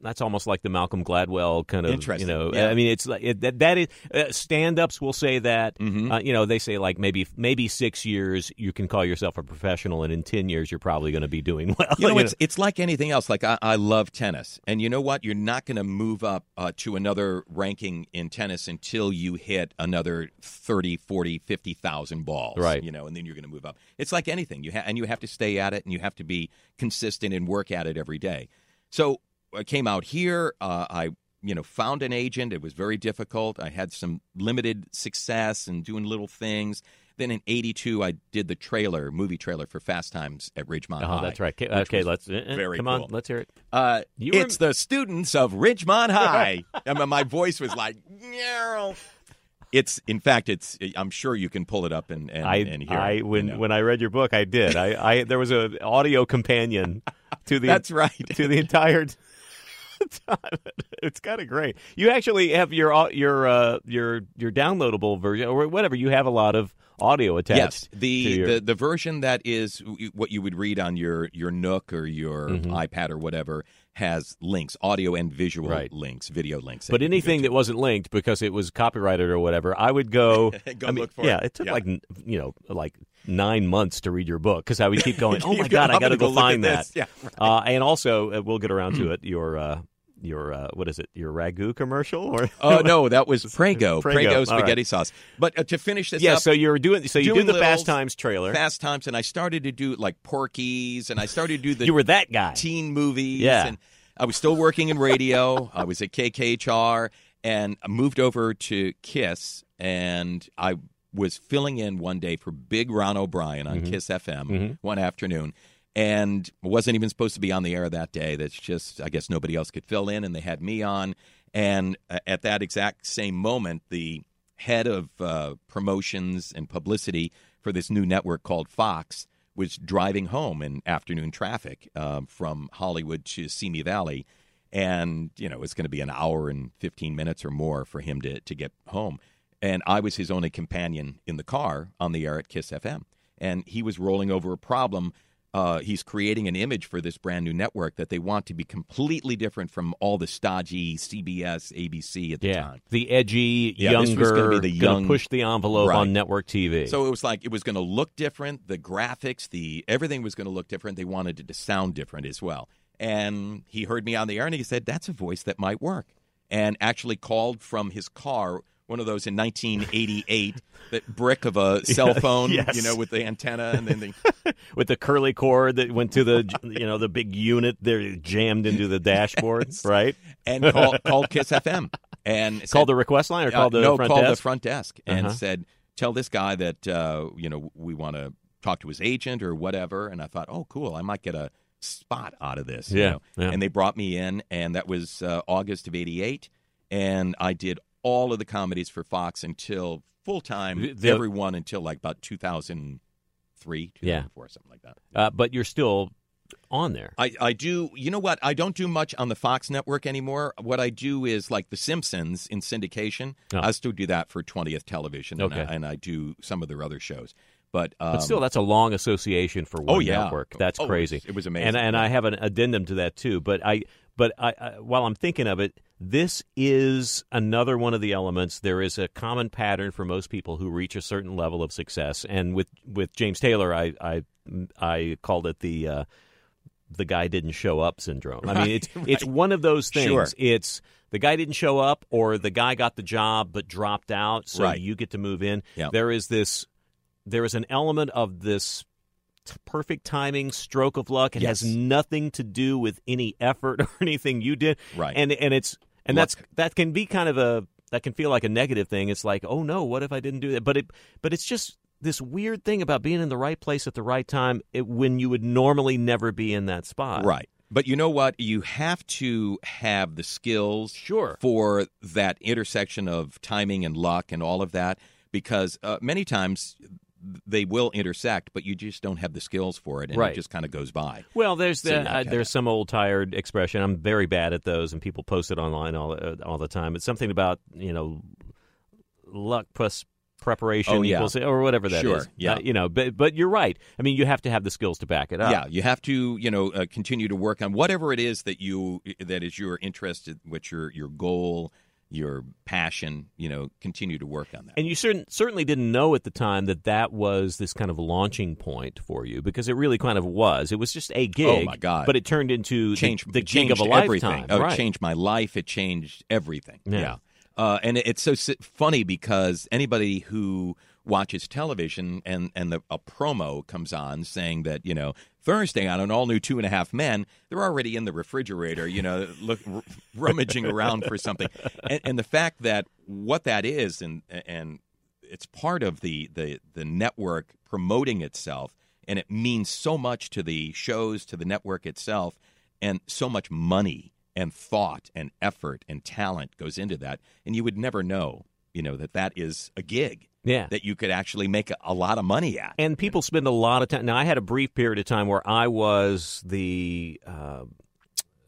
that's almost like the Malcolm Gladwell kind of
Interesting,
you know
yeah.
I mean it's like it, that that is uh, stand-ups will say that
Mhm.
uh, you know they say like maybe maybe 6 years you can call yourself a professional and in 10 years you're probably going to be doing well
you know, it's it's like anything else. Like I, I love tennis, and you know what? You're not going to move up uh, to another ranking in tennis until you hit another 30, 40, 50,000 balls,
Right.
You know, and then you're going to move up. It's like anything. You ha- and you have to stay at it, and you have to be consistent and work at it every day. So I came out here. Uh, I you know found an agent. It was very difficult. I had some limited success and doing little things. Then in '82, I did the trailer, movie trailer for Fast Times at Ridgemont
Oh,
High.
that's right. Okay,
which
okay,
was
let's uh, uh,
very
come
cool.
on. Let's hear it.
uh,
You were-
it's the students of Ridgemont High. I mean, my voice was like, "Meow." it's in fact, it's. I'm sure you can pull it up and and,
I,
and hear.
I
it, you
when
know.
when I read your book, I did. I, I there was a audio companion to the
that's right.
to the entire time. It's kind of great. You actually have your au- your uh, your your downloadable version or whatever. You have a lot of audio attached.
Yes, the,
to your-
the
Mm-hmm.
the version that is what you would read on your your Nook or your iPad or whatever has links, audio and visual
Right.
links, video links.
But
that you can
anything
go
that wasn't linked because it was copyrighted or whatever, I would go.
Go
I mean,
look for
yeah,
it.
it took
Yeah.
like n- you know like nine months to read your book because I would keep going.
to.
Oh my
You
god, I
I'm
got to
gonna
go,
look at
find that.
this. Yeah, right. Hmm.
Uh, and also, uh, we'll get around to it. Your uh, your uh, what is it? Your ragu commercial or
Oh no, that was Prego.
Prego,
Prego,
all right.
spaghetti sauce. But uh, to finish this
yeah.
up,
So you're doing so you do
doing
the
little
Fast Times trailer.
Fast Times, and I started to do like Porky's, and I started to do the
you were that guy.
teen movies.
Yeah.
And I was still working in radio. I was at KKHR and I moved over to Kiss. And I was filling in one day for Big Ron O'Brien on Kiss FM one afternoon and wasn't even supposed to be on the air that day. That's just, I guess nobody else could fill in. And they had me on. And uh, at that exact same moment, the head of uh, promotions and publicity for this new network called Fox was driving home in afternoon traffic um, from Hollywood to Simi Valley. And, you know, it's going to be an hour and 15 minutes or more for him to, to get home. And I was his only companion in the car on the air at Kiss FM. And he was rolling over a problem. Uh, he's creating an image for this brand new network that they want to be completely different from all the stodgy CBS, ABC at the
yeah,
time.
the edgy,
Yeah, this
younger,
was gonna be the
gonna
young-
push the envelope
Right.
on network TV.
So it was like it was going to look different. The graphics, the everything was going to look different. They wanted it to sound different as well. And he heard me on the air, and he said, "That's a voice that might work." And actually called from his car, one of those in 1988, that brick of a cell phone,
yes.
you know, with the antenna, and then the,
with the curly cord that went to the you know the big unit there jammed into the dashboard, right?
and called, called Kiss FM and said,
Call the request line or
Uh,
call the
no,
front
called
desk.
the front desk and
Uh-huh.
said, "Tell this guy that uh, you know we want to talk to his agent or whatever." And I thought, "Oh, cool! I might get a spot out of this." you
Yeah,
know?
yeah.
And they brought me in, and that was uh, August of '88, and I did all of the comedies for Fox until full
The-
time,
the-
every one until like about 2003,
Yeah.
2004, something like that.
uh, but you're still on there.
I, I do. You know what? I don't do much on the Fox network anymore. What I do is like The Simpsons in syndication.
Oh.
I still do that for 20th Television, and,
Okay.
I, and I do some of their other shows. But, um,
But still, that's a long association for one
oh yeah,
network. That's
Oh, it was-
crazy.
It was, amazing.
And and I have an addendum to that too. But I but I, I while I'm thinking of it, this is another one of the elements. There is a common pattern for most people who reach a certain level of success. And with with James Taylor, I I I called it the. Uh, the guy didn't show up syndrome. I mean, it's it's one of those things.
Sure.
It's the guy didn't show up, or the guy got the job but dropped out, so
Right.
you get to move in.
Yeah.
There is this, there is an element of this t- perfect timing, stroke of luck. It has
Yes.
nothing to do with any effort or anything you did.
Right.
And and it's and
Luck.
that's that can be kind of a that can feel like a negative thing. It's like, oh no, what if I didn't do that? But it but it's just this weird thing about being in the right place at the right time it, when you would normally never be in that spot.
Right. But you know what? You have to have the skills
Sure.
for that intersection of timing and luck and all of that because uh, many times they will intersect, but you just don't have the skills for it and
Right.
it just kind of goes by.
Well, there's
So
the,
you
uh,
have to-
there's some old tired expression. I'm very bad at those, and people post it online all uh, all the time. It's something about you know luck plus preparation
Oh, yeah.
equals or whatever that is.
Sure, yeah.
Uh, you know, but but you're right. I mean, you have to have the skills to back it up.
Yeah, you have to, you know, uh, continue to work on whatever it is that you that is your interest, what your your goal, your passion. You know, continue to work on that.
And you certain, certainly didn't know at the time that that was this kind of launching point for you because it really kind of was. It was just a gig.
Oh, my God.
But it turned into the-
Change
the,
it
gig of a
changed
lifetime.
Everything. Oh,
right.
It changed my life. It changed everything.
Yeah.
Yeah. Uh, and it- it's so si- funny because anybody who watches television and and the, a promo comes on saying that you know Thursday on an all new Two and a Half Men, they're already in the refrigerator, you know, look r- rummaging around for something, and, and the fact that what that is and and it's part of the, the the network promoting itself and it means so much to the shows to the network itself and so much money and thought and effort and talent goes into that and you would never know you know that that is a gig
Yeah.
that you could actually make a, a lot of money at
And people spend a lot of time. Now, I had a brief period of time where I was the uh,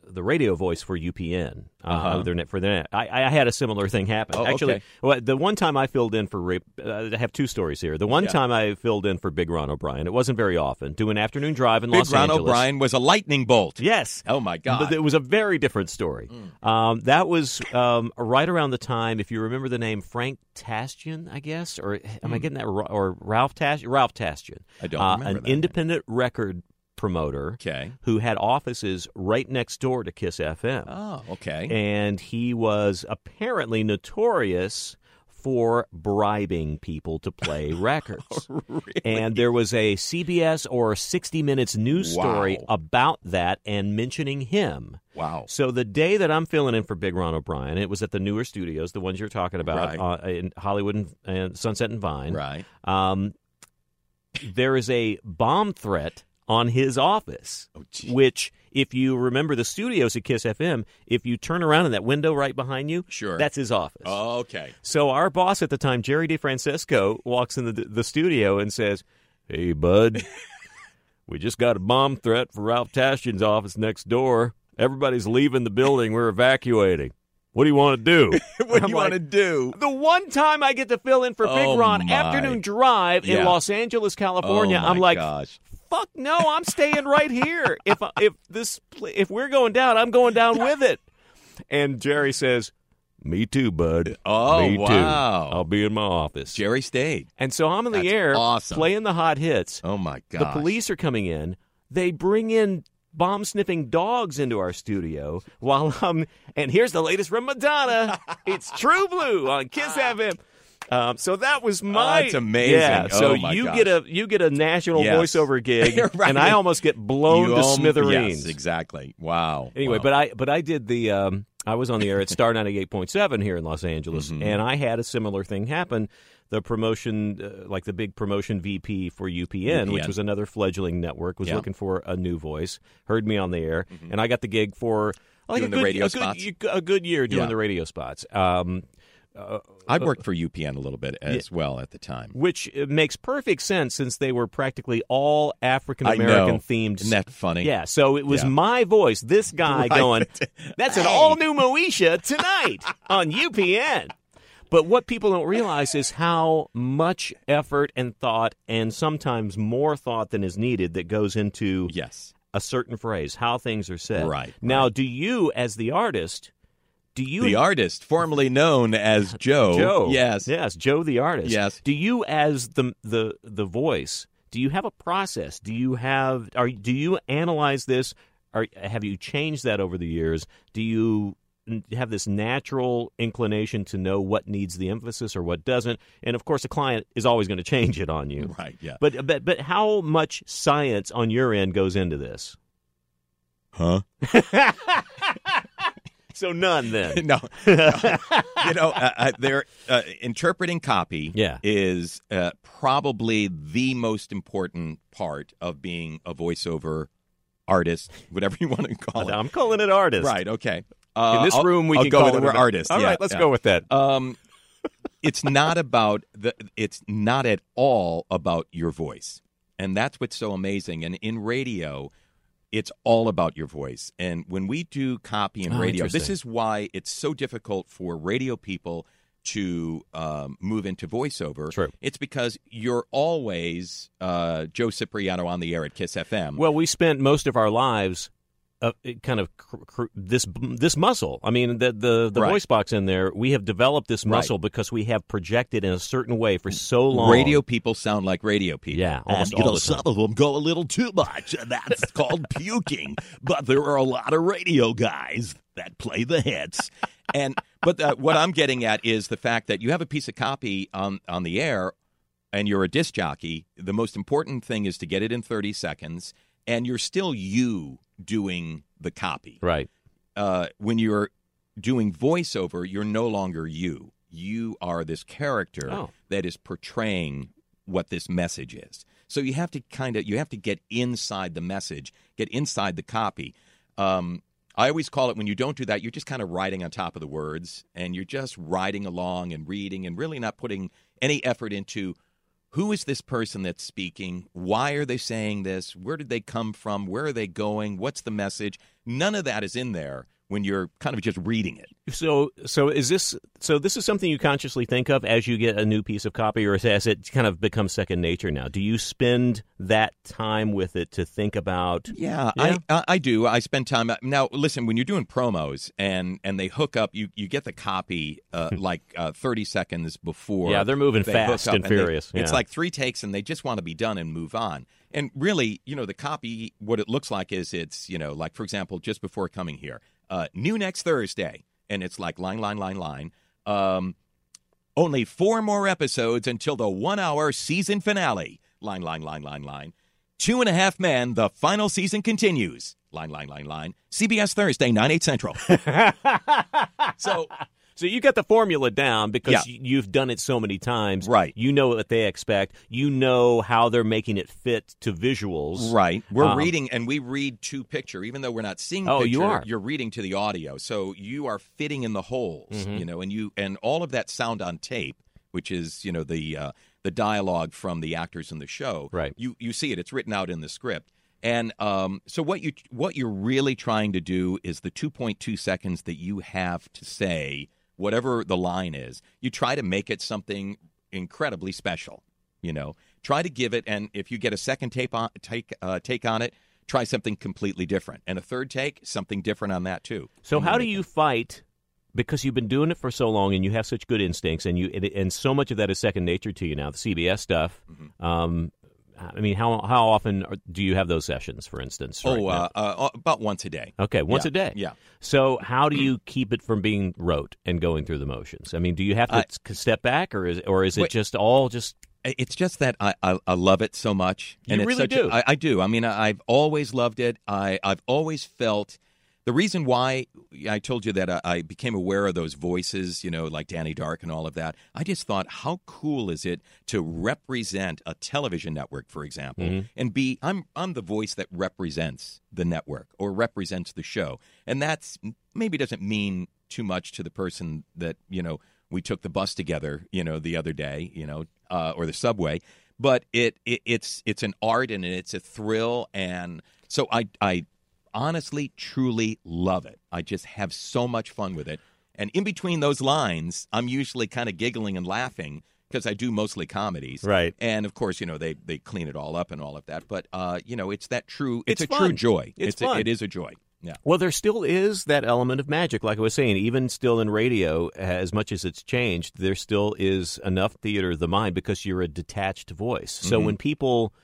the radio voice for UPN. Uh,
Uh-huh.
their net for their net. I, I had a similar thing happen.
Oh, okay.
Actually, well, the one time I filled in for Ra- uh, I have two stories here. The one
Yeah.
time I filled in for Big Ron O'Brien, it wasn't very often. Do an afternoon drive in
Big
Los
Ron
Angeles.
O'Brien was a lightning bolt.
Yes.
Oh my God. Mm.
But it was a very different story. Um, that was um, right around the time, if you remember the name Frank Tastian, I guess, or am I getting that? ro- Or Ralph Tastian? Ralph Tastian.
Mm. I don't
uh,
remember
an
that name.
independent record promoter
Okay.
who had offices right next door to Kiss FM,
Oh, okay.
and he was apparently notorious. For bribing people to play
Oh,
records. And there was a CBS or 60 Minutes news story
Wow.
about that and mentioning him.
wow.
So the day that I'm filling in for Big Ron O'Brien, it was at the newer studios, the ones you're talking about
Right.
uh, in Hollywood and, and Sunset and Vine.
Right.
Um, there is a bomb threat on his office,
Oh, gee.
which, if you remember the studios at Kiss FM, if you turn around in that window right behind you,
Sure. Oh.
that's his office.
Okay.
So our boss at the time, Jerry DeFrancisco, walks in the the studio and says, "Hey, bud, we just got a bomb threat for Ralph Tastian's office next door. Everybody's leaving the building. We're evacuating. What do you want to do?"
What do
I'm
you
like,
want to do?
The one time I get to fill in for Big
Oh,
Ron
my.
afternoon drive in
Yeah.
Los Angeles, California,
Oh, my
I'm like,
gosh.
"Fuck no, I'm staying right here. if if this if we're going down, I'm going down with it." And Jerry says, "Me too, bud.
Oh,
Me too.
wow.
I'll be in my office."
Jerry stayed.
And so I'm in the
That's
air
awesome.
playing the hot hits.
Oh my gosh.
The police are coming in. They bring in bomb sniffing dogs into our studio while I'm. And here's the latest from Madonna. it's True Blue on Kiss FM. Um, so that was my.
Oh, that's amazing.
Yeah. So
Oh, my
you
gosh.
get a you get a national
Yes.
voiceover gig,
Right.
and I almost get blown
You
to
om-
smithereens.
Yes, exactly. Wow.
Anyway,
Wow.
but I but I did the um, I was on the air at Star ninety eight point seven here in Los Angeles, and I had a similar thing happen. The promotion, uh, like the big promotion VP for UPN, which
UPN.
was another fledgling network, was
Yeah.
looking for a new voice. Heard me on the air, and I got the gig for Mm-hmm. like
Doing
a
the
good,
radio
a good,
spots?
y- a good year doing
Yeah.
the radio spots. Um,
I
uh,
worked for UPN a little bit as well at the time.
which uh, makes perfect sense since they were practically all African
I know.
American themed.
Isn't that funny?
Yeah, so it was
Yeah.
my voice, this guy going, that's an all new Moesha tonight on UPN. But what people don't realize is how much effort and thought, and sometimes more thought than is needed, that goes into
Yes.
a certain phrase, how things are said.
Right,
Now, do you, as the artist, do you
The artist, formerly known as Joe.
Joe.
Oh, Yes.
Yes, Joe the artist.
Yes.
Do you as the the the voice, do you have a process? Do you have are do you analyze this or have you changed that over the years? Do you n- have this natural inclination to know what needs the emphasis or what doesn't? And of course the client is always going to change it on you.
Right. Yeah.
But but but how much science on your end goes into this?
Huh?
So none then.
no, no. you know, uh, uh, they're uh, interpreting copy.
Yeah.
is uh, probably the most important part of being a voiceover artist, whatever you want to call it.
I'm calling it artist.
Right. Okay. Uh,
In this
I'll-
room we
I'll
can
go
call it
with we're
an-
artists.
All
yeah,
right, let's
yeah.
go with that.
Um, it's not about the. It's not at all about your voice, and that's what's so amazing. And in radio, it's all about your voice. And when we do copy and
Oh,
radio, this
interesting.
is why it's so difficult for radio people to um, move into voiceover.
True.
It's because you're always uh, Joe Cipriano on the air at Kiss FM.
Well, we spent most of our lives uh, it kind of cr- cr- this this muscle. I mean, the the, the
Right.
voice box in there. We have developed this
Right.
muscle because we have projected in a certain way for so long.
radio people sound like radio people.
yeah, almost
you
all
know,
the time.
some of them go a little too much, and that's called puking. But there are a lot of radio guys that play the hits.
and but uh, what I'm getting at is the fact that you have a piece of copy on on the air, and you're a disc jockey. The most important thing is to get it in 30 seconds, and you're still you doing the copy.
Right.
Uh, when you're doing voiceover, you're no longer you. You are this character
Oh.
that is portraying what this message is. So you have to kind of you have to get inside the message, get inside the copy. Um, I always call it when you don't do that, you're just kind of riding on top of the words, and you're just riding along and reading, and really not putting any effort into who is this person that's speaking? Why are they saying this? Where did they come from? Where are they going? What's the message? None of that is in there when you're kind of just reading it.
So, so is this? So, this is something you consciously think of as you get a new piece of copy, or as- as it kind of becomes second nature now? Do you spend that time with it to think about?
Yeah,
Yeah.
I, I I do. I spend time now. Listen, when you're doing promos and and they hook up, you you get the copy uh, like uh, 30 seconds before.
Yeah, they're moving
they
fast
hook up
and
they-
furious,
It's
yeah.
like three takes, and they just want to be done and move on. And really, you know, the copy, what it looks like is it's you know, like for example, just before coming here, uh, new next Thursday, and it's like line, line, line, line. Um, only four more episodes until the one hour season finale. Line, line, line, line, line. Two and a half men, the final season continues. Line, line, line, line. CBS Thursday, 9, 8 Central. so,
So you got the formula down because
Yeah.
y- you've done it so many times.
Right.
You know what they expect. You know how they're making it fit to visuals.
right. We're
Um,
reading and we read to picture, even though we're not seeing
Oh,
picture.
you are.
You're reading to the audio. So you are fitting in the holes,
Mhm.
you know, and you and all of that sound on tape, which is, you know, the uh, the dialogue from the actors in the show.
Right.
You you see it. It's written out in the script. And um, so what you what you're really trying to do is the 2.2 seconds that you have to say whatever the line is. You try to make it something incredibly special. You know, try to give it. And if you get a second tape on, take uh, take on it, try something completely different. And a third take, something different on that too.
So
And
how do
make
you fight? Because you've been doing it for so long, and you have such good instincts, and you and, and so much of that is second nature to you now. The CBS stuff.
Mm-hmm.
Um, I mean, how how often are, do you have those sessions? For instance. right
Oh,
now?
uh, uh, about once a day.
Okay, once
Yeah,
a day.
yeah.
So, how do you keep it from being rote and going through the motions? I mean, do you have to
I-
s- step back, or is or is it
Wait.
just all just
It's just that I, I, I love it so much.
You
and it's
really
such a-
do.
I I do. I mean, I, I've always loved it. I, I've always felt the reason why I told you that I, I became aware of those voices, you know, like Danny Dark and all of that. I just thought, how cool is it to represent a television network, for example, and be I'm I'm the voice that represents the network or represents the show, and that's maybe doesn't mean too much to the person that you know we took the bus together, you know, the other day, you know, uh, or the subway but it, it it's it's an art and it's a thrill and so I I honestly truly love it. I just have so much fun with it. And in between those lines, I'm usually kind of giggling and laughing because I do mostly comedies.
Right.
And of course, you know, they they clean it all up and all of that, but uh, you know, it's that true it's,
It's
a true
fun.
joy.
It's
a,
fun.
it is a joy. Yeah.
Well, there still is that element of magic, like I was saying. Even still in radio, as much as it's changed, there still is enough theater of the mind because you're a detached voice. So
Mm-hmm.
when people,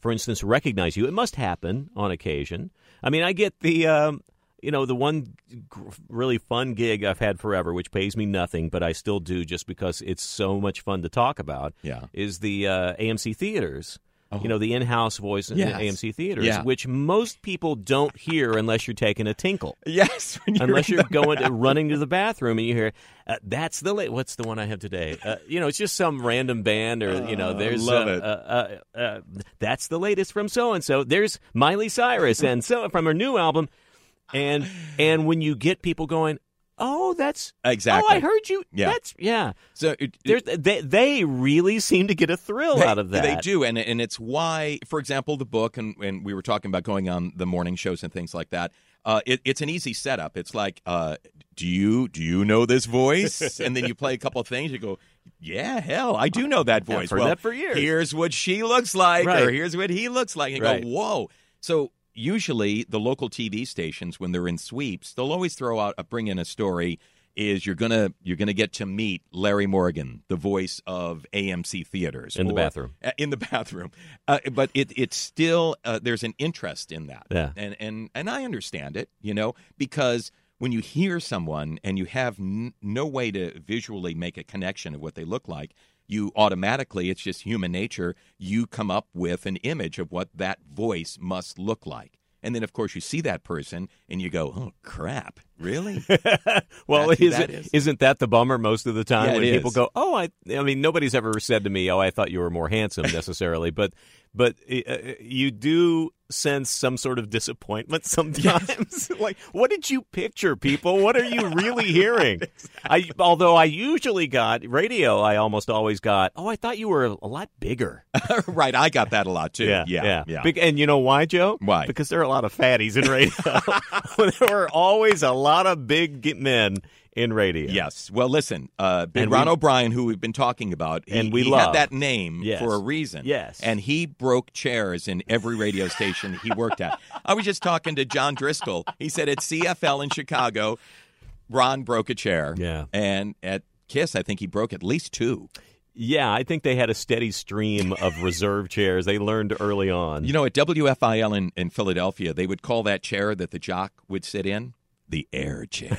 for instance, recognize you, it must happen on occasion. I mean, I get the. Um, you know the one gr- really fun gig I've had forever, which pays me nothing, but I still do just because it's so much fun to talk about.
Yeah. Oh.
is the uh, AMC theaters. You know the in-house voice in
Yes.
the AMC theaters,
Yeah.
which most people don't hear unless you're taking a tinkle.
Yes. when you're
Unless
in
you're
the-
going to, running to the bathroom and you hear, uh, "That's the la- what's the one I have today?" Uh, you know, it's just some random band, or you know, there's
Oh, love
uh,
it.
Uh, uh, uh, that's the latest from so and so. There's Miley Cyrus and so from her new album, and and when you get people going, "Oh, that's
Exactly.
Oh, I heard you.
Yeah.
That's yeah.
so it,
There's, they they really seem to get a thrill
They-
out of that.
They do, and and it's why, for example, the book, and, and we were talking about going on the morning shows and things like that. Uh, it, it's an easy setup. It's like, uh, do you do you know this voice? and then you play a couple of things. You go, yeah, hell, I do know that voice.
heard
well,
that for years."
Here's what she looks like, or
Right.
here's what he looks like. And
Right.
go, whoa. So usually the local TV stations, when they're in sweeps, they'll always throw out, uh, bring in a story. Is you're gonna you're gonna get to meet Larry Morgan, the voice of AMC theaters
In the
or-
bathroom.
uh, in the bathroom. Uh, but it it's still uh, there's an interest in that.
Yeah.
And and and I understand it, you know, because when you hear someone and you have n- no way to visually make a connection of what they look like, you automatically it's just human nature, you come up with an image of what that voice must look like. And then of course you see that person and you go, "Oh crap. Really?"
well,
That's who
isn't,
that is.
isn't that the bummer most of the time
Yeah,
when
it
people
is.
go, "Oh, I," I mean, nobody's ever said to me, "Oh, I thought eh, you were more handsome" necessarily, but but uh, uh, you do sense some sort of disappointment sometimes. like, what did you picture, people? What are you really hearing? I although I usually got radio, I almost always got. Oh, I thought you were a lot bigger.
right. I got that a lot too. Yeah. Yeah.
Big- and you know why, Joe?
Why?
Because there are a lot of fatties in radio. there were always a lot of big g- men in radio.
Yes. Well, listen, uh, Big
And
Ron
we-
O'Brien, who we've been talking about, he,
And we
he
love.
had that name
Yes.
for a reason.
Yes.
And he broke chairs in every radio station he worked at. I was just talking to John Driscoll. He said at CFL in Chicago, Ron broke a chair.
Yeah.
And at Kiss, I think he broke at least two.
Yeah, I think they had a steady stream of reserve chairs. They learned early on.
You know, at WFIL in, in Philadelphia, they would call that chair that the jock would sit in the air chair.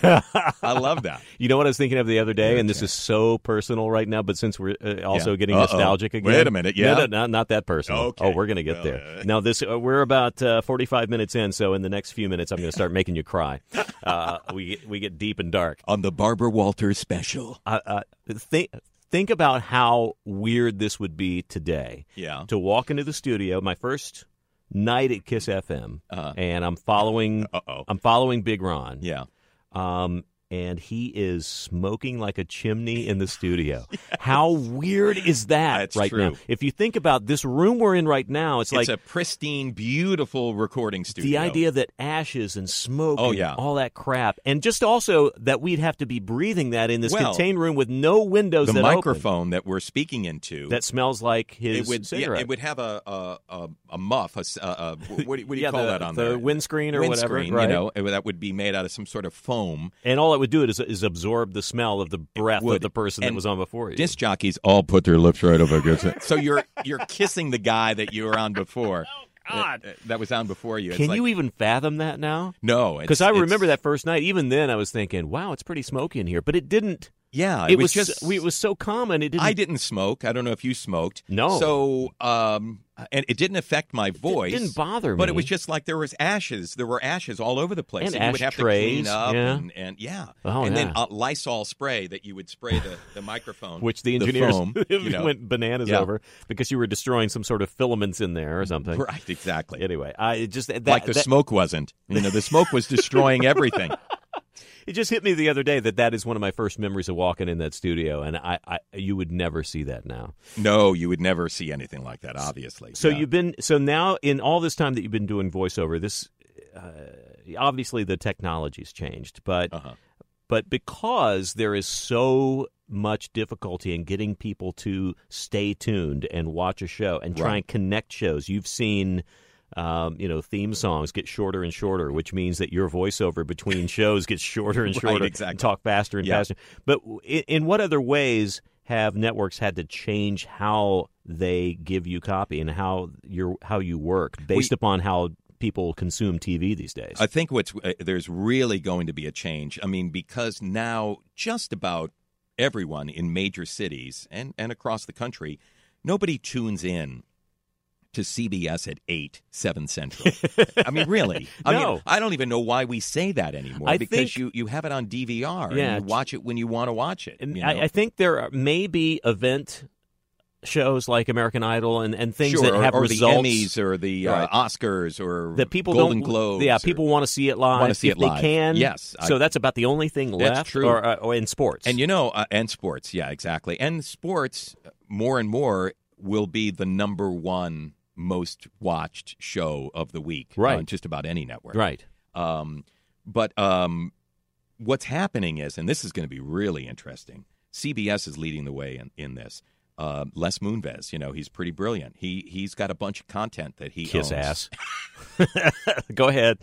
I love that.
You know what I was thinking of the other day, and this is so personal right now, but since we're uh, also
Yeah.
getting
Uh-oh.
nostalgic again.
Wait a minute, yeah.
No, no, not, not that personal.
Okay.
Oh, we're going to get
Well,
there. Now, this uh, we're about uh, 45 minutes in, so in the next few minutes, I'm going to start making you cry. Uh, we, get, we get deep and dark.
On the Barbara Walters special.
Uh, uh, think, think about how weird this would be today
Yeah.
to walk into the studio, my first night at Kiss FM,
Uh-huh.
and I'm following.
Uh-oh.
I'm following Big Ron.
Yeah.
Um, and he is smoking like a chimney in the studio. How weird is that
That's
right
true.
now? If you think about this room we're in right now, it's, like
It's a pristine, beautiful recording studio.
the idea that ashes and smoke
Oh,
and
yeah.
all that crap. And just also that we'd have to be breathing that in this
Well,
contained room with no windows
the
that open.
microphone that we're speaking into
that smells like his
it would
cigarette.
Yeah, it would have a a, a, a muff a, s- a- a- what do you, what do you
Yeah,
call
the-
that on
the
there
windscreen or whatever,
Windscreen,
right.
you know it- that would be made out of some sort of foam
and all it would do is, is absorb the smell of the breath of
would.
the person that
And
was on before you.
disc jockeys all put their lips right over against it so you're you're kissing the guy that you were on before
God.
that, that was on before you uh, It's
Can
like-
you even fathom that now?
no
Because I remember that first night. Even then, I was thinking, "Wow, it's pretty smoky in here," but it didn't.
yeah
It, was,
just
so, it was so common. It didn't.
I didn't smoke. I don't know if you smoked.
No.
So, um, and it didn't affect my voice.
didn't bother
But it
me.
was just like there was ashes. There were ashes all over the place,
And
you would have to clean
ashtrays,
up.
yeah.
And, and yeah.
Oh,
and then
yeah.
uh, Lysol spray that you would spray the, the microphone,
which the engineers
foam, you know.
went bananas
Yeah.
over because you were destroying some sort of filaments in there or something.
right exactly.
Anyway, I it just that,
like the
that-
smoke wasn't. You know, the smoke was destroying everything.
it just hit me the other day that that is one of my first memories of walking in that studio, and I, I you would never see that now.
No, you would never see anything like that. Obviously.
So
Yeah.
you've been so now in all this time that you've been doing voiceover. This uh, obviously the technology's changed, but
Uh-huh.
but because there is so much difficulty in getting people to stay tuned and watch a show and try
Right.
and connect shows, you've seen. Um, you know, theme songs get shorter and shorter, which means that your voiceover between shows gets shorter and
Right,
shorter.
exactly.
Talk faster and
Yeah.
faster. But w- in, in what other ways have networks had to change how they give you copy and how your how you work based upon how people consume TV these days?
I think what's uh, there's really going to be a change. I mean, because now just about everyone in major cities and and across the country, nobody tunes in to CBS at eight seven central. I mean, really? I
No.
mean, I don't even know why we say that anymore.
I
because
think-
you you have it on DVR.
Yeah.
and you watch it when you want to watch it.
and
you know?
I, I think there are maybe event shows like American Idol and, and things
sure,
that
or,
have
or
results
the Emmys or the
Right.
uh, Oscars or
that people
Golden
don't
Globes.
Yeah,
or-
people want to see it live.
wanna see
if
it
they
live.
can.
Yes, I-
so that's about the only thing
That's
left.
true.
Or, uh, or in sports.
And you know, uh, and sports, yeah, exactly. And sports, uh, more and more, will be the number one most watched show of the week
Right.
on just about any network.
right.
Um, but um, what's happening is, and this is going to be really interesting. CBS is leading the way in, in this. Uh, Les Moonves, you know, he's pretty brilliant. He he's got a bunch of content that he
Kiss ass.
owns.
Go ahead.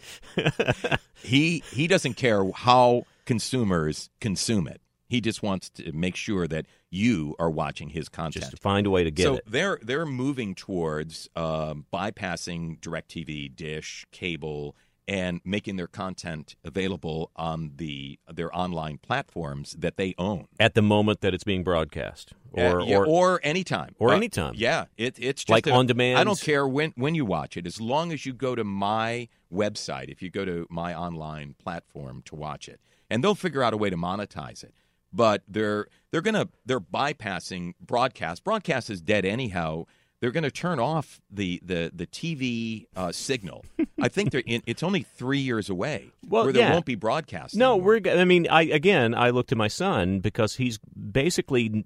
he he doesn't care how consumers consume it. He just wants to make sure that you are watching his content.
Just find a way to get
so
it.
they're they're moving towards um, bypassing Directv, Dish, cable, and making their content available on the their online platforms that they own,
at the moment that it's being broadcast or,
Uh, yeah,
or,
anytime, Uh,
or anytime.
Yeah, it, it's just
Like
a-
on demand?
I don't care when when you watch it, as long as you go to my website, if you go to my online platform to watch it, and they'll figure out a way to monetize it. But they're they're gonna they're bypassing broadcast. Broadcast is dead anyhow. they're going to turn off the the the TV uh, signal. I think they're in, it's only three years away
Well,
where there
yeah.
won't be broadcast.
No,
anymore.
we're. g- I mean, I again, I look to my son because he's basically.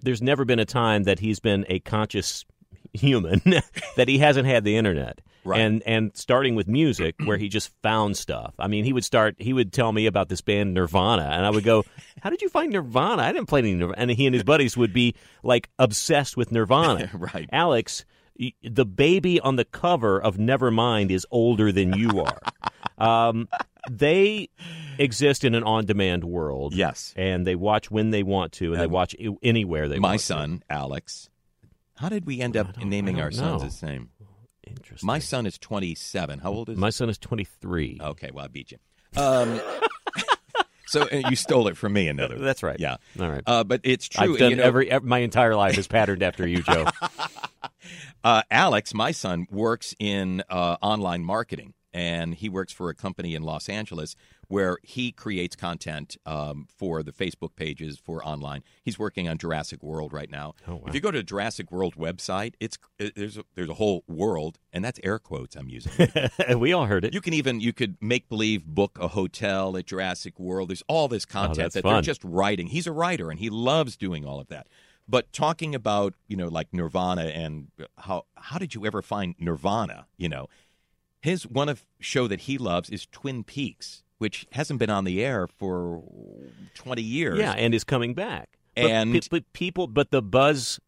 There's never been a time that he's been a conscious human that he hasn't had the internet.
Right.
And and starting with music, where he just found stuff. I mean, he would start. He would tell me about this band Nirvana, and I would go, "How did you find Nirvana? I didn't play any Nirvana." And he and his buddies would be like obsessed with Nirvana.
Right.
Alex, y- the baby on the cover of Nevermind is older than you are. um, they exist in an on-demand world.
yes.
and they watch when they want to, and they
Um,
watch i- anywhere they.
My
want to.
son Alex. How did we end up
don't-
naming
I
our
don't
sons
know.
his name?
Interesting.
My son is 27. How old is
My son is 23.
he? Okay, well I beat you. Um, so uh, you stole it from me. Another.
That's right.
Yeah.
All right.
Uh, but it's true.
I've
and,
done
you know,
every, ev my entire life is patterned after you, Joe.
Uh, Alex, my son, works in uh, online marketing, and he works for a company in Los Angeles where he creates content um, for the Facebook pages for online. He's working on Jurassic World right now.
Oh, wow.
If you go to the Jurassic World website, it's uh, there's a, there's a whole world, and that's air quotes I'm using.
we all heard it.
you can even you could make believe book a hotel at Jurassic World. There's all this content
Oh, that's
that they're
fun.
just writing. He's a writer and he loves doing all of that. But talking about you know like Nirvana and how how did you ever find Nirvana? You know, his one of show that he loves is Twin Peaks, which hasn't been on the air for twenty years.
yeah, and is coming back.
And-
but, pe- but people, but the buzz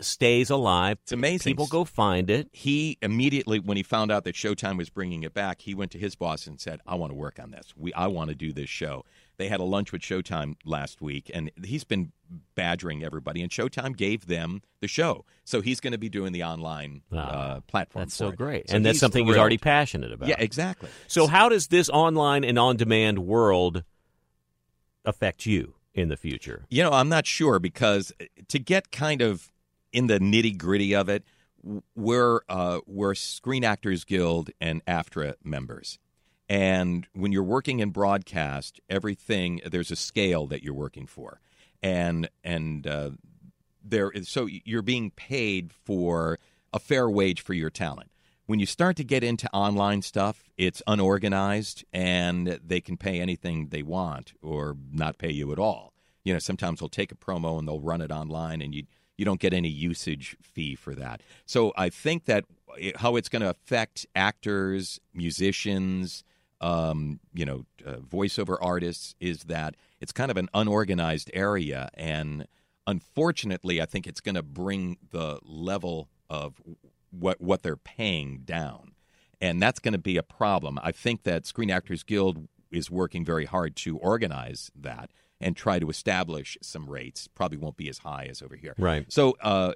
stays alive.
it's amazing.
People go find it.
he immediately when he found out that Showtime was bringing it back, he went to his boss and said, "I want to work on this. We I want to do this show." They had a lunch with Showtime last week and he's been badgering everybody and Showtime gave them the show. So he's going to be doing the online
Wow.
uh, platform.
Ah, That's so
for it.
great.
So
and that's
he's
something he's
thrilled.
already passionate about.
Yeah, exactly.
So, how does this online and on demand world affect you in the future?
You know, I'm not sure because uh, to get kind of in the nitty gritty of it, w- we're uh, we're Screen Actors Guild and AFTRA members, and when you're working in broadcast, everything there's a scale that you're working for, and and uh, there is so you're being paid for a fair wage for your talent. When you start to get into online stuff, it's unorganized and they can pay anything they want or not pay you at all. You know, sometimes they'll take a promo and they'll run it online and you you don't get any usage fee for that. So I think that it- how it's going to affect actors, musicians, um, you know, uh, voiceover artists is that it's kind of an unorganized area and unfortunately, I think it's going to bring the level of what what they're paying down, and that's going to be a problem. I think that Screen Actors Guild is working very hard to organize that and try to establish some rates. Probably won't be as high as over here.
Right.
So uh,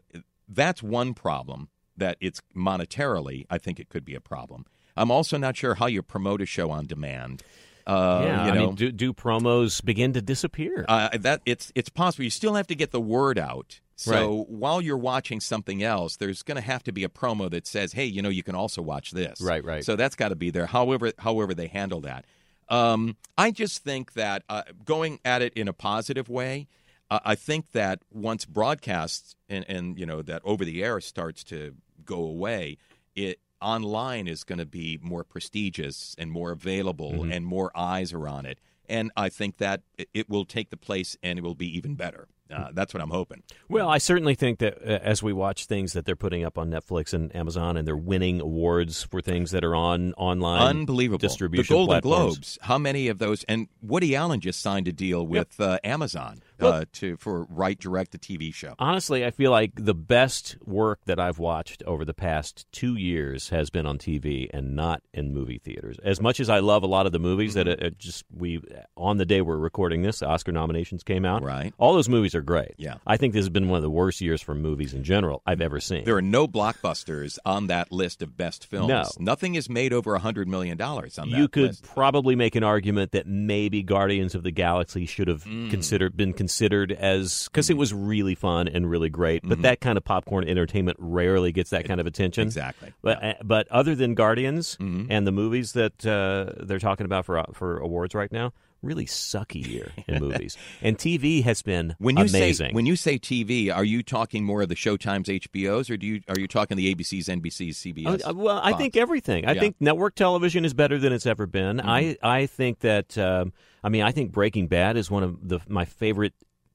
that's one problem that it's monetarily. I think it could be a problem. I'm also not sure how you promote a show on demand. Uh,
yeah,
you
I
know,
mean, do, do promos begin to disappear?
uh, that it's it's possible. You still have to get the word out. So while you're watching something else, there's going to have to be a promo that says, "Hey, you know, you can also watch this."
Right, right.
So that's got to be there. However, however they handle that, um, I just think that uh, going at it in a positive way, uh, I think that once broadcasts and and you know that over the air starts to go away, it online is going to be more prestigious and more available
Mm-hmm.
and more eyes are on it and i think that it- it will take the place and it will be even better uh,
Mm.
that's what i'm hoping
well, I certainly think that uh, as we watch things that they're putting up on Netflix and Amazon, and they're winning awards for things that are on online.
unbelievable
distribution
the golden
platforms.
globes how many of those and woody allen just signed a deal with uh, amazon uh, to for right direct the tv show
Honestly, I feel like the best work that I've watched over the past two years has been on TV and not in movie theaters. As much as I love a lot of the movies that
Mm-hmm.
uh uh, just we on the day we're recording this, the Oscar nominations came out.
Right.
all those movies are great.
Yeah.
I think this has been one of the worst years for movies in general I've ever seen.
there are no blockbusters on that list of best films
No.
nothing is made over a hundred million dollars on that
you could
list.
probably make an argument that maybe Guardians of the Galaxy should have
Mm.
considered been considered as because it was really fun and really great.
Mm-hmm.
But that kind of popcorn entertainment rarely gets that kind of attention.
exactly Mm-hmm.
But uh, but other than Guardians and the movies that uh, they're talking about for for awards right now, really sucky year in movies, and TV has been
When you
amazing.
say when you say TV, are you talking more of the Showtime's, HBOs, or do you are you talking the ABC's, NBC's, CBS?
Oh, well, I
Fox?
think everything. I
Yeah. Mm-hmm.
think network television is better than it's ever been. I I think that um, I mean I think Breaking Bad is one of the my favorite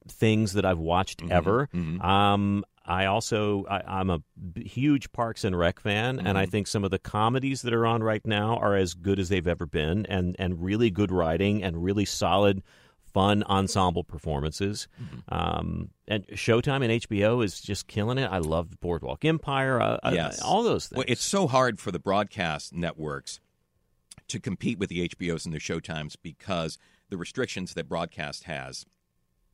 things that I've watched
Mm-hmm.
ever. Um, I also I, I'm a b- huge Parks and Rec fan, and
Mm-hmm.
I think some of the comedies that are on right now are as good as they've ever been, and and really good writing and really solid. Fun ensemble performances,
Mm-hmm.
um, and Showtime and HBO is just killing it. I love Boardwalk Empire. Uh, uh,
Yes.
all those things.
Well, it's so hard for the broadcast networks to compete with the HBOs and the Showtimes because the restrictions that broadcast has,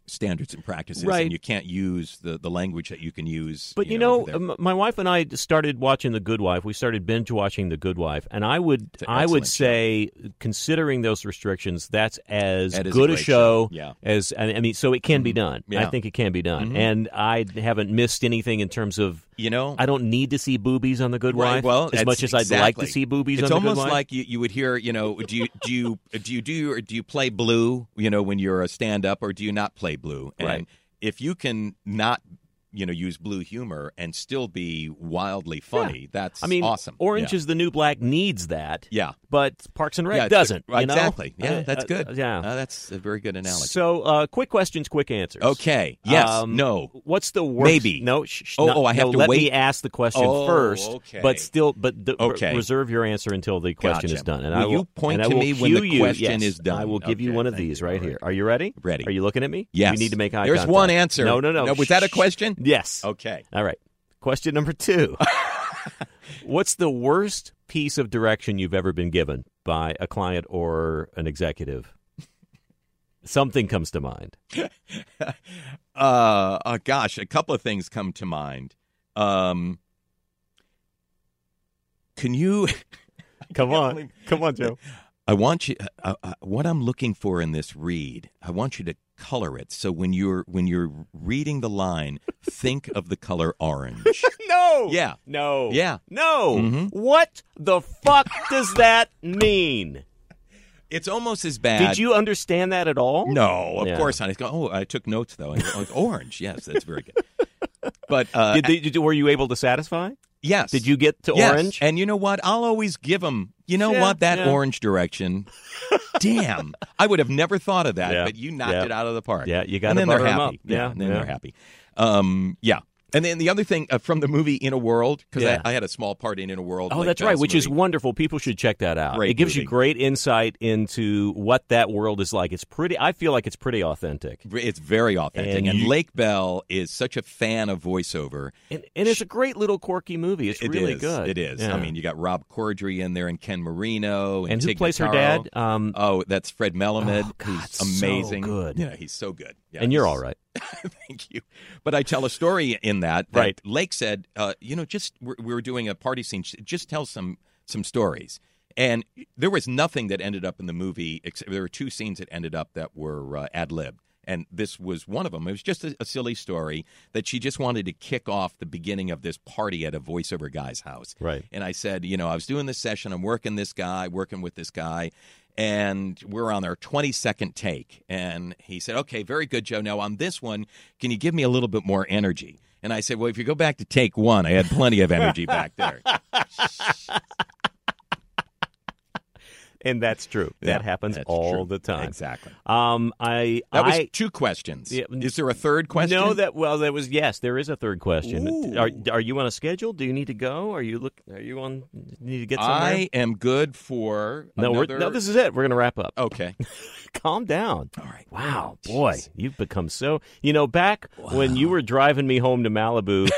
standards and practices,
Right.
and you can't use the, the language that you can use.
But you
over
know, um,
there.
m- my wife and I started watching The Good Wife. We started binge watching The Good Wife, and I would
an
I would
excellent
say, considering those restrictions, that's as
That is a
good a
great
show
show, yeah. Mm-hmm.
as I I mean. So it can be done. I
Yeah. Mm-hmm.
think it can be done, and I haven't missed anything in terms of.
you know,
I don't need to see boobies on The Good
Right,
Wife
well,
as
that's
much as I'd like to
exactly.
see boobies
It's
on The Good
almost
Wife.
like you, you would hear, you know, do you do you do you do or do you play blue? You know, when you're a stand up, or do you not play blue? And
Right.
if you can not, you know, use blue humor and still be wildly funny, that's
I mean,
awesome.
Orange
Yeah.
is the New Black needs that,
yeah.
but Parks and Rec
yeah, it's
doesn't.
good.
you know?
exactly.
Uh,
Yeah, that's
uh,
good.
yeah.
Uh, that's a very good analogy.
So, uh, quick questions, quick answers.
okay. Yes.
Um,
no.
What's the worst?
Maybe.
No. Sh- sh-
Oh,
no,
oh, I have
no,
to
let me
wait?
ask the question
Oh,
first.
okay.
But still, but d-
Okay.
reserve your answer until the question
Gotcha.
is done. And
Will
I will
you point
and I
to
will
me when the
cue you- yes,
question is done?
I will give you
Okay,
one of
thank
these
you.
right
All right.
here. Are you ready?
Ready.
Are you looking at me?
Yes.
You need to make eye
There's
contact.
one answer.
No, no, no.
No, was that a
Shh.
question?
Yes.
Okay.
All right. Question number two. What's the worst piece of direction you've ever been given by a client or an executive? Something comes to mind.
uh, uh gosh a couple of things come to mind um can you
Come on. Come on, Joe.
i want you uh, uh, what i'm looking for in this read i want you to color it so when you're when you're reading the line think of the color orange
No.
Yeah.
No.
Yeah.
No.
Mhm.
What the fuck does that mean?
it's almost as bad
Did you understand that at all?
no of
Yeah.
course not It's go- oh i took notes though Oh, orange yes that's very good but uh
Did, they, did you- were you able to satisfy?
yes
Did you get to
Yes.
orange?
And you know what? I'll always give them. You know
Yeah,
what? That
yeah.
orange direction. Damn, I would have never thought of that,
Yeah,
but you knocked
yeah.
it out of the park.
Yeah, you gotta
And then they're
butter 'em
happy.
up. Yeah,
and then
yeah.
they're happy. Um, yeah. And then the other thing uh, from the movie In a World, because
Yeah.
I, I had a small part in In a World.
Oh,
Blake
that's right,
Bell's
which is
movie.
wonderful. People should check that out.
Great
it gives you
movie.
great insight into what that world is like. It's pretty. I feel like it's pretty authentic,
It's very authentic,
And
and,
you-
Lake Bell is such a fan of voiceover.
and, and it's a great little quirky movie. It's
It
really
is.
good.
It is.
Yeah.
I mean, you got Rob Corddry in there, and Ken Marino, and,
and who
Tig
plays her
Notaro.
dad? Um,
Oh, that's Fred Melamed.
Oh, God,
who's
so
amazing.
good.
Yeah, he's so good. Yeah,
and you're
he's-
all right.
Thank you. But I tell a story in that. that
Right.
Lake said, uh, you know, just we're, we were doing a party scene. She said, Just tell some some stories. And there was nothing that ended up in the movie. Except there were two scenes that ended up that were uh, ad lib. And this was one of them. It was just a, a silly story that she just wanted to kick off the beginning of this party at a voiceover guy's house.
Right.
And I said, you know, I was doing this session, I'm working this guy, working with this guy, and we're on our 22nd take. And he said, okay, very good, Joe. Now, on this one, can you give me a little bit more energy? And I said, well, if you go back to take one, I had plenty of energy back there.
And that's true.
Yeah,
that happens
that's
all
true.
the time.
Exactly.
Um, I
That was
I,
two questions.
Yeah.
Is there a third question?
No, that well, that was yes. There is a third question.
Ooh.
Are, are you on a schedule? Do you need to go? Are you look? Are you on? Need to get somewhere?
I am good for
no,
another-
we're, no. This is it. We're gonna wrap up.
Okay.
Calm down.
All right.
Wow, boy, you've become so. You know, back when you were driving me home to Malibu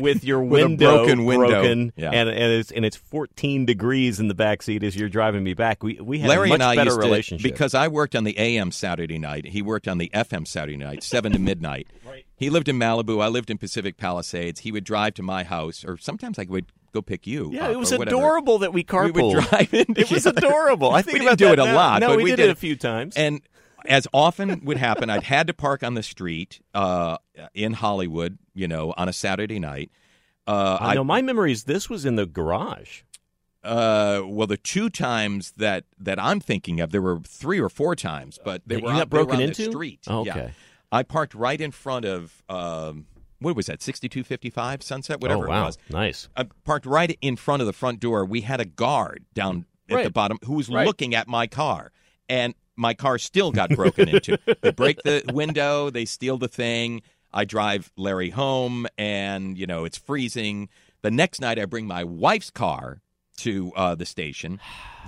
with your
With a
window
broken window.
broken,
Yeah.
and and it's and it's 14 degrees in the back seat as you're driving me back. We we had
Larry
a much
and I
better
used
relationship
to because I worked on the AM Saturday night. He worked on the FM Saturday night, seven to midnight. He lived in Malibu. I lived in Pacific Palisades. He would drive to my house, or sometimes I would go pick you.
Yeah,
up
it was
or whatever.
adorable that we carpooled.
We would drive in.
It was
together.
adorable. I think
we
about
didn't do
that
it a
now.
lot.
No,
but
we
we,
did it a few times.
And as often would happen, I'd had to park on the street uh, in Hollywood, you know, on a Saturday night. Uh,
I know my memory is this was in the garage.
Uh, well, the two times that that I'm thinking of, there were three or four times, but they
That
were
you
on,
got
they were
broken
on
into?
the street.
Oh,
Yeah.
okay.
I parked right in front of um, what was that? Sixty two fifty five Sunset, whatever
oh, wow.
it was.
Nice.
I uh, parked right in front of the front door. We had a guard down at the
Right.
bottom who was
Right.
looking at my car, and my car still got broken into. They break the window, they steal the thing. I drive Larry home, and you know it's freezing. The next night, I bring my wife's car to uh, the station.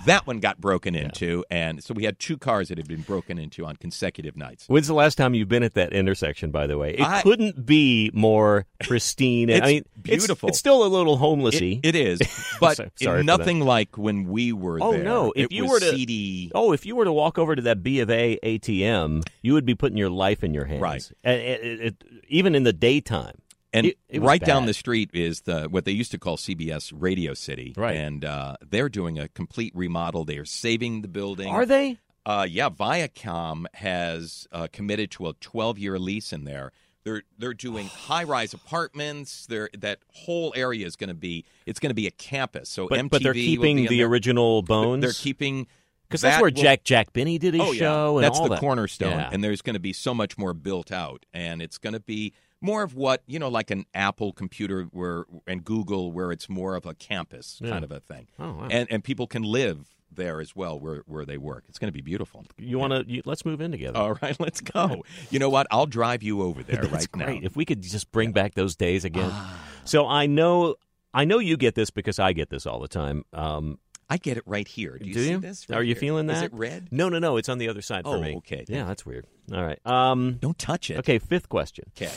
That one got broken into, and so we had two cars that had been broken into on consecutive nights.
When's the last time you've been at that intersection, by the way? It
I-
couldn't be more pristine. and- I
It's
mean, it's-
beautiful.
It's, still a little homelessy.
It- it is, but
So- sorry for that.
nothing like when we were
Oh,
there.
no. If
It
you
was
were to-
seedy.
Oh, if you were to walk over to that B of A ATM, you would be putting your life in your hands.
Right.
And it- it- it- even in the daytime.
And
It- it was
right down
bad.
the street is the what they used to call CBS Radio City,
Right.
And uh, they're doing a complete remodel. They are saving the building.
Are they?
Uh, yeah, Viacom has uh, committed to a 12-year lease in there. They're they're doing high-rise apartments. They're, that whole area is going to be it's going to be a campus. So
But,
MTV
but they're
will
keeping
be in
the
there.
original bones.
They're keeping
because that's
that
where
will-
Jack Jack Benny did his
oh, yeah.
show. And
That's
all
the
that.
cornerstone,
Yeah.
and there's going to be so much more built out, and it's going to be more of what you know, like an Apple computer where and Google, where it's more of a campus kind of a thing,
Oh, wow.
and and people can live there as well where where they work. It's going to be beautiful.
you want to you, let's move in together.
All right, let's go. You know what? I'll drive you over there
That's
right
great.
now. Ah.
If we could just bring back those days again. So I know I know you get this because I get this all the time. Um,
I get it right here. Do you see this? right
Are you
here?
feeling that?
Is it red?
No, no, no. It's on the other side for
Oh,
me.
okay.
Yeah, that's weird. All right. Um,
Don't touch it.
okay. Fifth question.
Okay.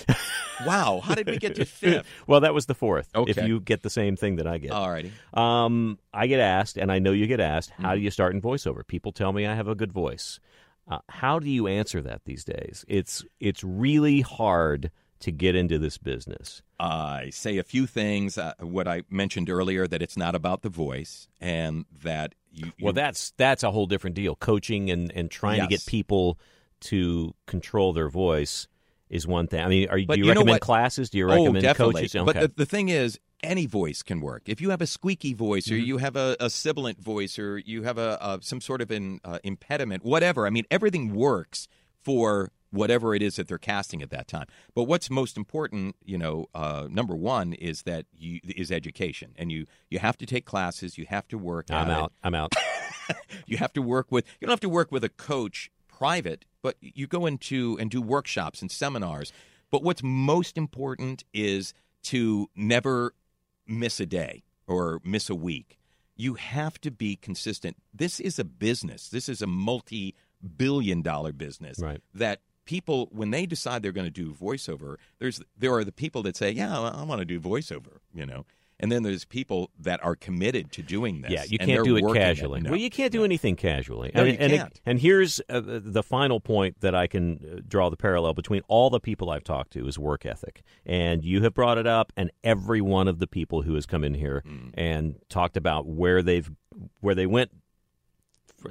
wow. How did we get to fifth?
well, that was the fourth. If
Okay. Uh.
you get the same thing that I get,
All righty.
um, I get asked, and I know you get asked, how do
Mm-hmm.
you start in voiceover? People tell me I have a good voice. Uh, how do you answer that these days? It's it's really hard to get into this business.
I say a few things. Uh, what I mentioned earlier that it's not about the voice, and that you, you-
Well, that's that's a whole different deal. Coaching and and trying to
Yes.
get people to control their voice is one thing. I mean, are,
But
do you,
you know
recommend
what?
classes? Do you
oh,
recommend
definitely.
coaches?
But the, the thing is, any voice can work. If you have a squeaky voice,
Mm-hmm.
or you have a, a sibilant voice, or you have a, a some sort of an uh, impediment, whatever. I mean, everything works for whatever it is that they're casting at that time. But what's most important, you know, uh, number one is that you is education, and you you have to take classes, you have to work.
I'm
at it.
out. I'm out.
You have to work with you don't have to work with a coach private, but you go into and do workshops and seminars. But what's most important is to never miss a day or miss a week. You have to be consistent. This is a business. This is a multi billion dollar business
Right.
that people when they decide they're going to do voiceover there's there are the people that say yeah i, I want to do voiceover you know and then there's people that are committed to doing this
Yeah, you can't
and they're
do it
working
casually.
No.
Well, you can't do anything casually.
No,
and,
you
and,
can't.
and here's uh, the final point that I can uh, draw the parallel between all the people I've talked to is work ethic, and you have brought it up, and every one of the people who has come in here
Hmm.
and talked about where they've where they went.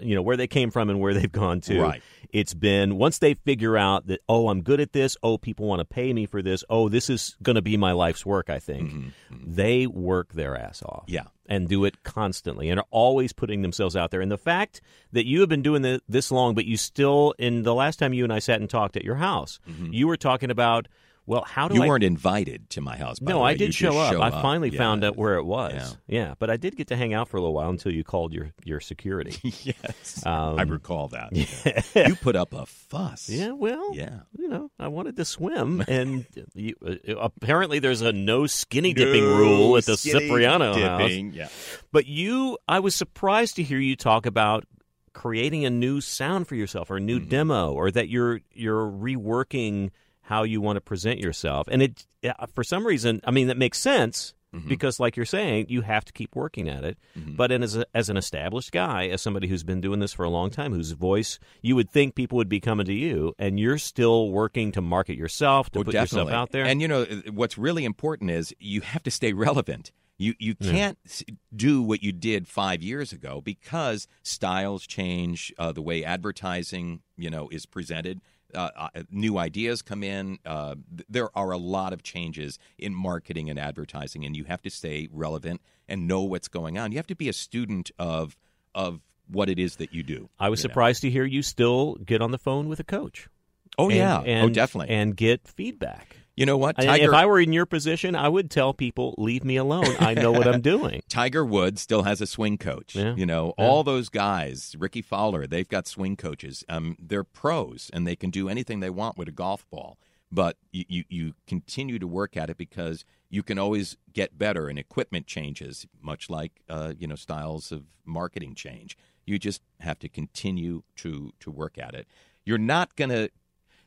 You know where they came from and where they've gone to.
Right.
It's been once they figure out that oh I'm good at this. Oh people want to pay me for this. Oh this is going to be my life's work. I think they work their ass off
Mm-hmm, Yeah.
and do it constantly and are always putting themselves out there. And the fact that you have been doing thi- this long, but you still, in the last time you and I sat and talked at your house, you were talking about, well, how do
Mm-hmm. you
I?
weren't invited to my house. By
no,
the way.
I
You
did
just
show up. I finally
Yeah.
found out where it was. Yeah. but I did get to hang out for a little while until you called your your security.
yes,
Um,
I recall that. you put up a fuss.
yeah, well,
Yeah.
You know, I wanted to swim, and you, uh, apparently there's a no skinny dipping rule at the
Skinny
Cipriano house.
dipping, Yeah.
But you, I was surprised to hear you talk about creating a new sound for yourself or a new demo or that you're you're reworking how you want to present yourself. And it yeah, for some reason, I mean that makes sense because like you're saying, you have to keep working at it. But in, as a, as an established guy, as somebody who's been doing this for a long time, whose voice you would think people would be coming to you and you're still working to market yourself, to
Well,
put
Oh, definitely.
yourself out there.
And you know what's really important is you have to stay relevant. You you can't s do what you did five years ago because styles change, uh, the way advertising you know is presented. Uh, uh, new ideas come in. Uh, th- there are a lot of changes in marketing and advertising, and you have to stay relevant and know what's going on. You have to be a student of of what it is that you do.
I was
you know?
surprised to hear you still get on the phone with a coach.
Oh
And-
yeah,
and,
oh definitely.
and get feedback.
you know what?
And if I were in your position, I would tell people, "Leave me alone. I know what I'm doing."
Tiger Woods still has a swing coach.
Yeah,
You know,
yeah.
all those guys, Ricky Fowler, they've got swing coaches. Um, they're pros and they can do anything they want with a golf ball. But you, you, you continue to work at it because you can always get better and equipment changes, much like, uh, you know, styles of marketing change. You just have to continue to, to work at it. You're not going to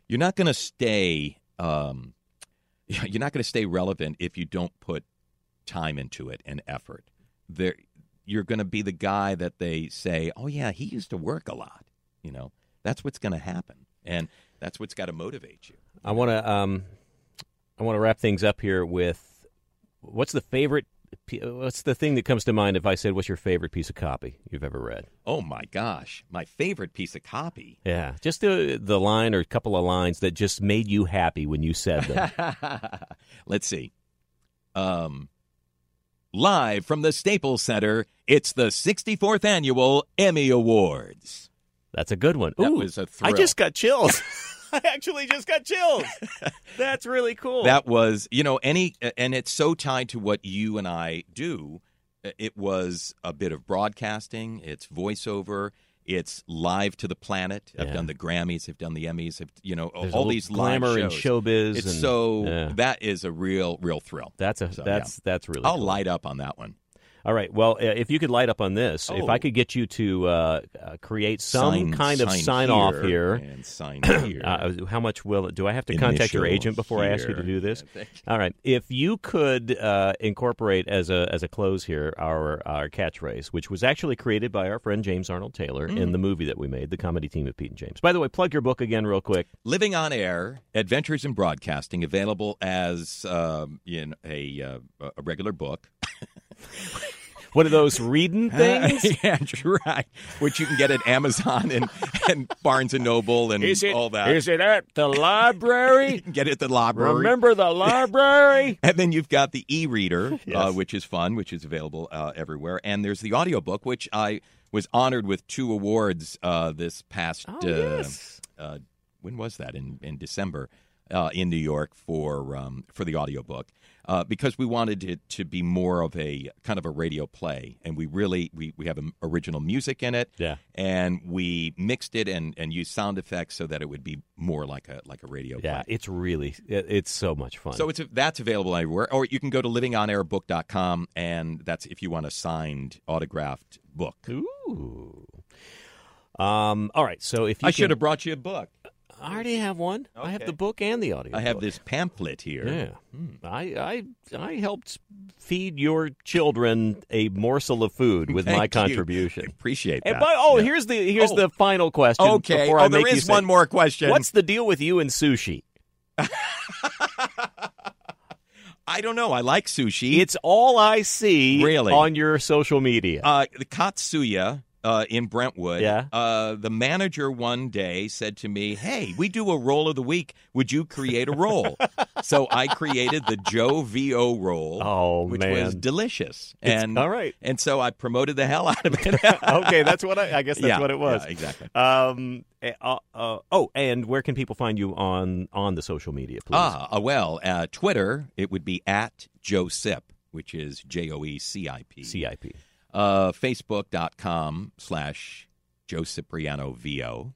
you're not going to stay um, you're not going to stay relevant if you don't put time into it and effort there you're going to be the guy that they say oh yeah he used to work a lot you know that's what's going to happen and that's what's got to motivate you
I want to um, I want to wrap things up here with what's the favorite. p- What's the thing that comes to mind if I said, "What's your favorite piece of copy you've ever read?"
oh my gosh my favorite piece of copy
Yeah, just the the line or a couple of lines that just made you happy when you said them.
let's see um live from the staples center it's the 64th annual emmy awards
That's a good one.
That
Ooh,
was a
I
thrill.
just got chills. I actually just got chills. That's really cool.
That was, you know, any, and it's so tied to what you and I do. It was a bit of broadcasting, it's voiceover, it's live to the planet. I've
Yeah.
done the Grammys, I've done the Emmys, I've, you know,
There's a
all
little
these live
glamour and
shows.
showbiz.
It's
and-
so
yeah.
that is a real, real thrill.
that's a
So, yeah.
that's that's really.
I'll
cool.
light up on that one.
All right. Well, uh, if you could light up on this, if
Oh.
I could get you to uh, uh, create some
Sign-
kind of
sign
sign off here.
and sign here.
Uh, how much will it? Do I have to contact your
Initial
agent before I ask you to
here.
do this?
Thank
All right. If you could uh, incorporate as a as a close here our our catchphrase, which was actually created by our friend James Arnold Taylor
Mm.
in the movie that we made, the comedy team of Pete and James. By the way, plug your book again, real quick.
Living on Air: Adventures in Broadcasting, available as um, in a uh, a regular book.
One of those reading things.
yeah, that's right. Which you can get at Amazon and, and Barnes and Noble and all that.
it at the
you
library?
can get it at the library.
the library?
And then you've got the e-reader, uh,
Yes.
which is fun, which is available uh, everywhere. And there's the audiobook, which I was honored with two awards uh, this past.
Oh,
uh,
yes.
uh, when was that in in December uh, in New York for um, for the audiobook uh, because we wanted it to be more of a kind of a radio play and we really we, we have um, original music in it
Yeah.
and we mixed it and and used sound effects so that it would be more like a like a radio
Yeah,
play.
it's really it, it's so much fun.
So it's that's available everywhere, or you can go to livingonairbook.com, and that's if you want a signed, autographed book.
Ooh. Um. All right. So if you
I
can-
should have brought you a book.
I already have one. I have
Okay.
the book and the audio.
I have this pamphlet here. Hmm.
Yeah. I I I helped feed your children a morsel of food with
Thank
my
you.
contribution.
Appreciate that.
And by, oh,
Yeah.
here's the here's
Oh.
the final question.
Okay.
Before I
oh,
make
there
you
is
say-
one more question.
What's the deal with you and sushi?
I don't know. I like sushi.
It's all I see
Really?
on your social media.
uh, the Katsuya uh, in Brentwood.
Yeah.
Uh, the manager one day said to me, "Hey, we do a roll of the week. Would you create a roll?" so I created the Joe Vo roll.
Oh,
which
man.
was delicious.
It's-
and
all right.
And so I promoted the hell out of it.
okay, that's what I, I guess that's
Yeah,
what it was.
yeah, exactly.
Um. eh, Uh, uh, oh, and where can people find you on on the social media? Please.
Ah, uh, well, uh, Twitter it would be at Joe Sip, which is J O E C I P.
CIP.
Uh, Facebook.com slash Joe Cipriano VO,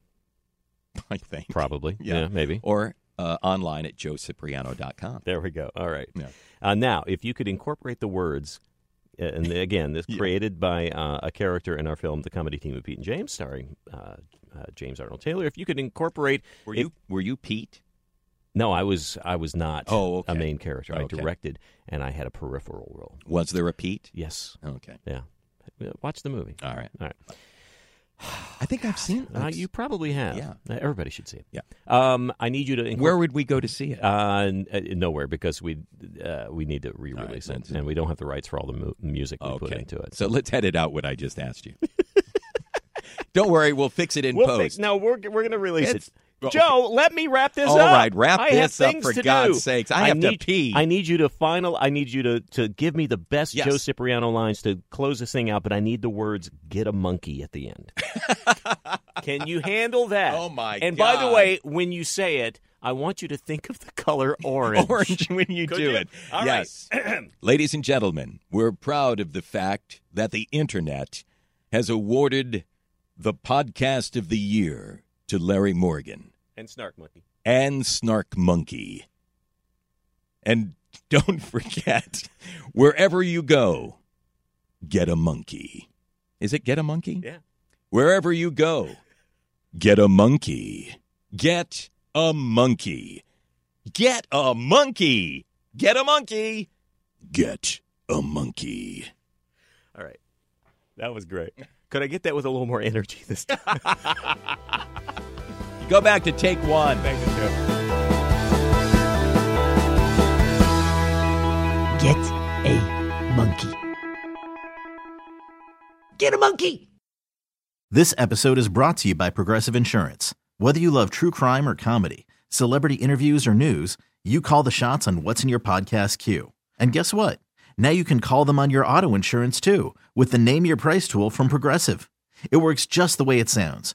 I think.
Probably.
Yeah.
Maybe.
Or uh, online at joecipriano.com.
There we go. All right.
Yeah.
Uh, now, if you could incorporate the words, uh, and again, this created by uh, a character in our film, The Comedy Team of Pete and James, starring uh, uh, James Arnold Taylor. If you could incorporate,
Were
it-
you were you Pete?
no, I was I was not
Oh, okay.
a main character. I
Okay.
directed, and I had a peripheral role.
Was there a Pete?
Yes.
Okay.
Yeah. Watch the movie.
All right.
All right.
I think I've seen.
Uh,
I've-
you probably have.
Yeah.
Uh, Everybody should see it.
Yeah.
Um, I need you to.
where would we go to see it?
Uh, n- uh, nowhere because we uh, we need to re-release it,
let's-
and we don't have the rights for all the mu- music we put into it.
So let's edit out what I just asked you. Don't worry, we'll fix it in
we'll
post.
fix. No, we're we're gonna release
It's-
it. Joe, let me wrap this
All
up.
right, wrap
I have
this up
things
for
to
God's
do.
sakes. I have to
need,
pee.
I need you to final. I need you to to give me the best
Yes.
Joe Cipriano lines to close this thing out. But I need the words "get a monkey" at the end. Can you handle that?
Oh, my
And by
God.
the way, when you say it, I want you to think of the color orange.
orange when you
Could
do
you?
it.
All
yes. Ladies and gentlemen, we're proud of the fact that the internet has awarded the podcast of the year to Larry Morgan
And snark monkey.
and Snark Monkey. And don't forget, wherever you go, get a monkey. Is it get a monkey?
Yeah.
Wherever you go, get a monkey. Get a monkey. Get a monkey. Get a monkey. Get a monkey.
All right. That was great. Could I get that with a little more energy this time?
Go back to take one.
Get a monkey. Get a monkey!
This episode is brought to you by Progressive Insurance. Whether you love true crime or comedy, celebrity interviews or news, you call the shots on what's in your podcast queue. And guess what? Now you can call them on your auto insurance too with the Name Your Price tool from Progressive. It works just the way it sounds.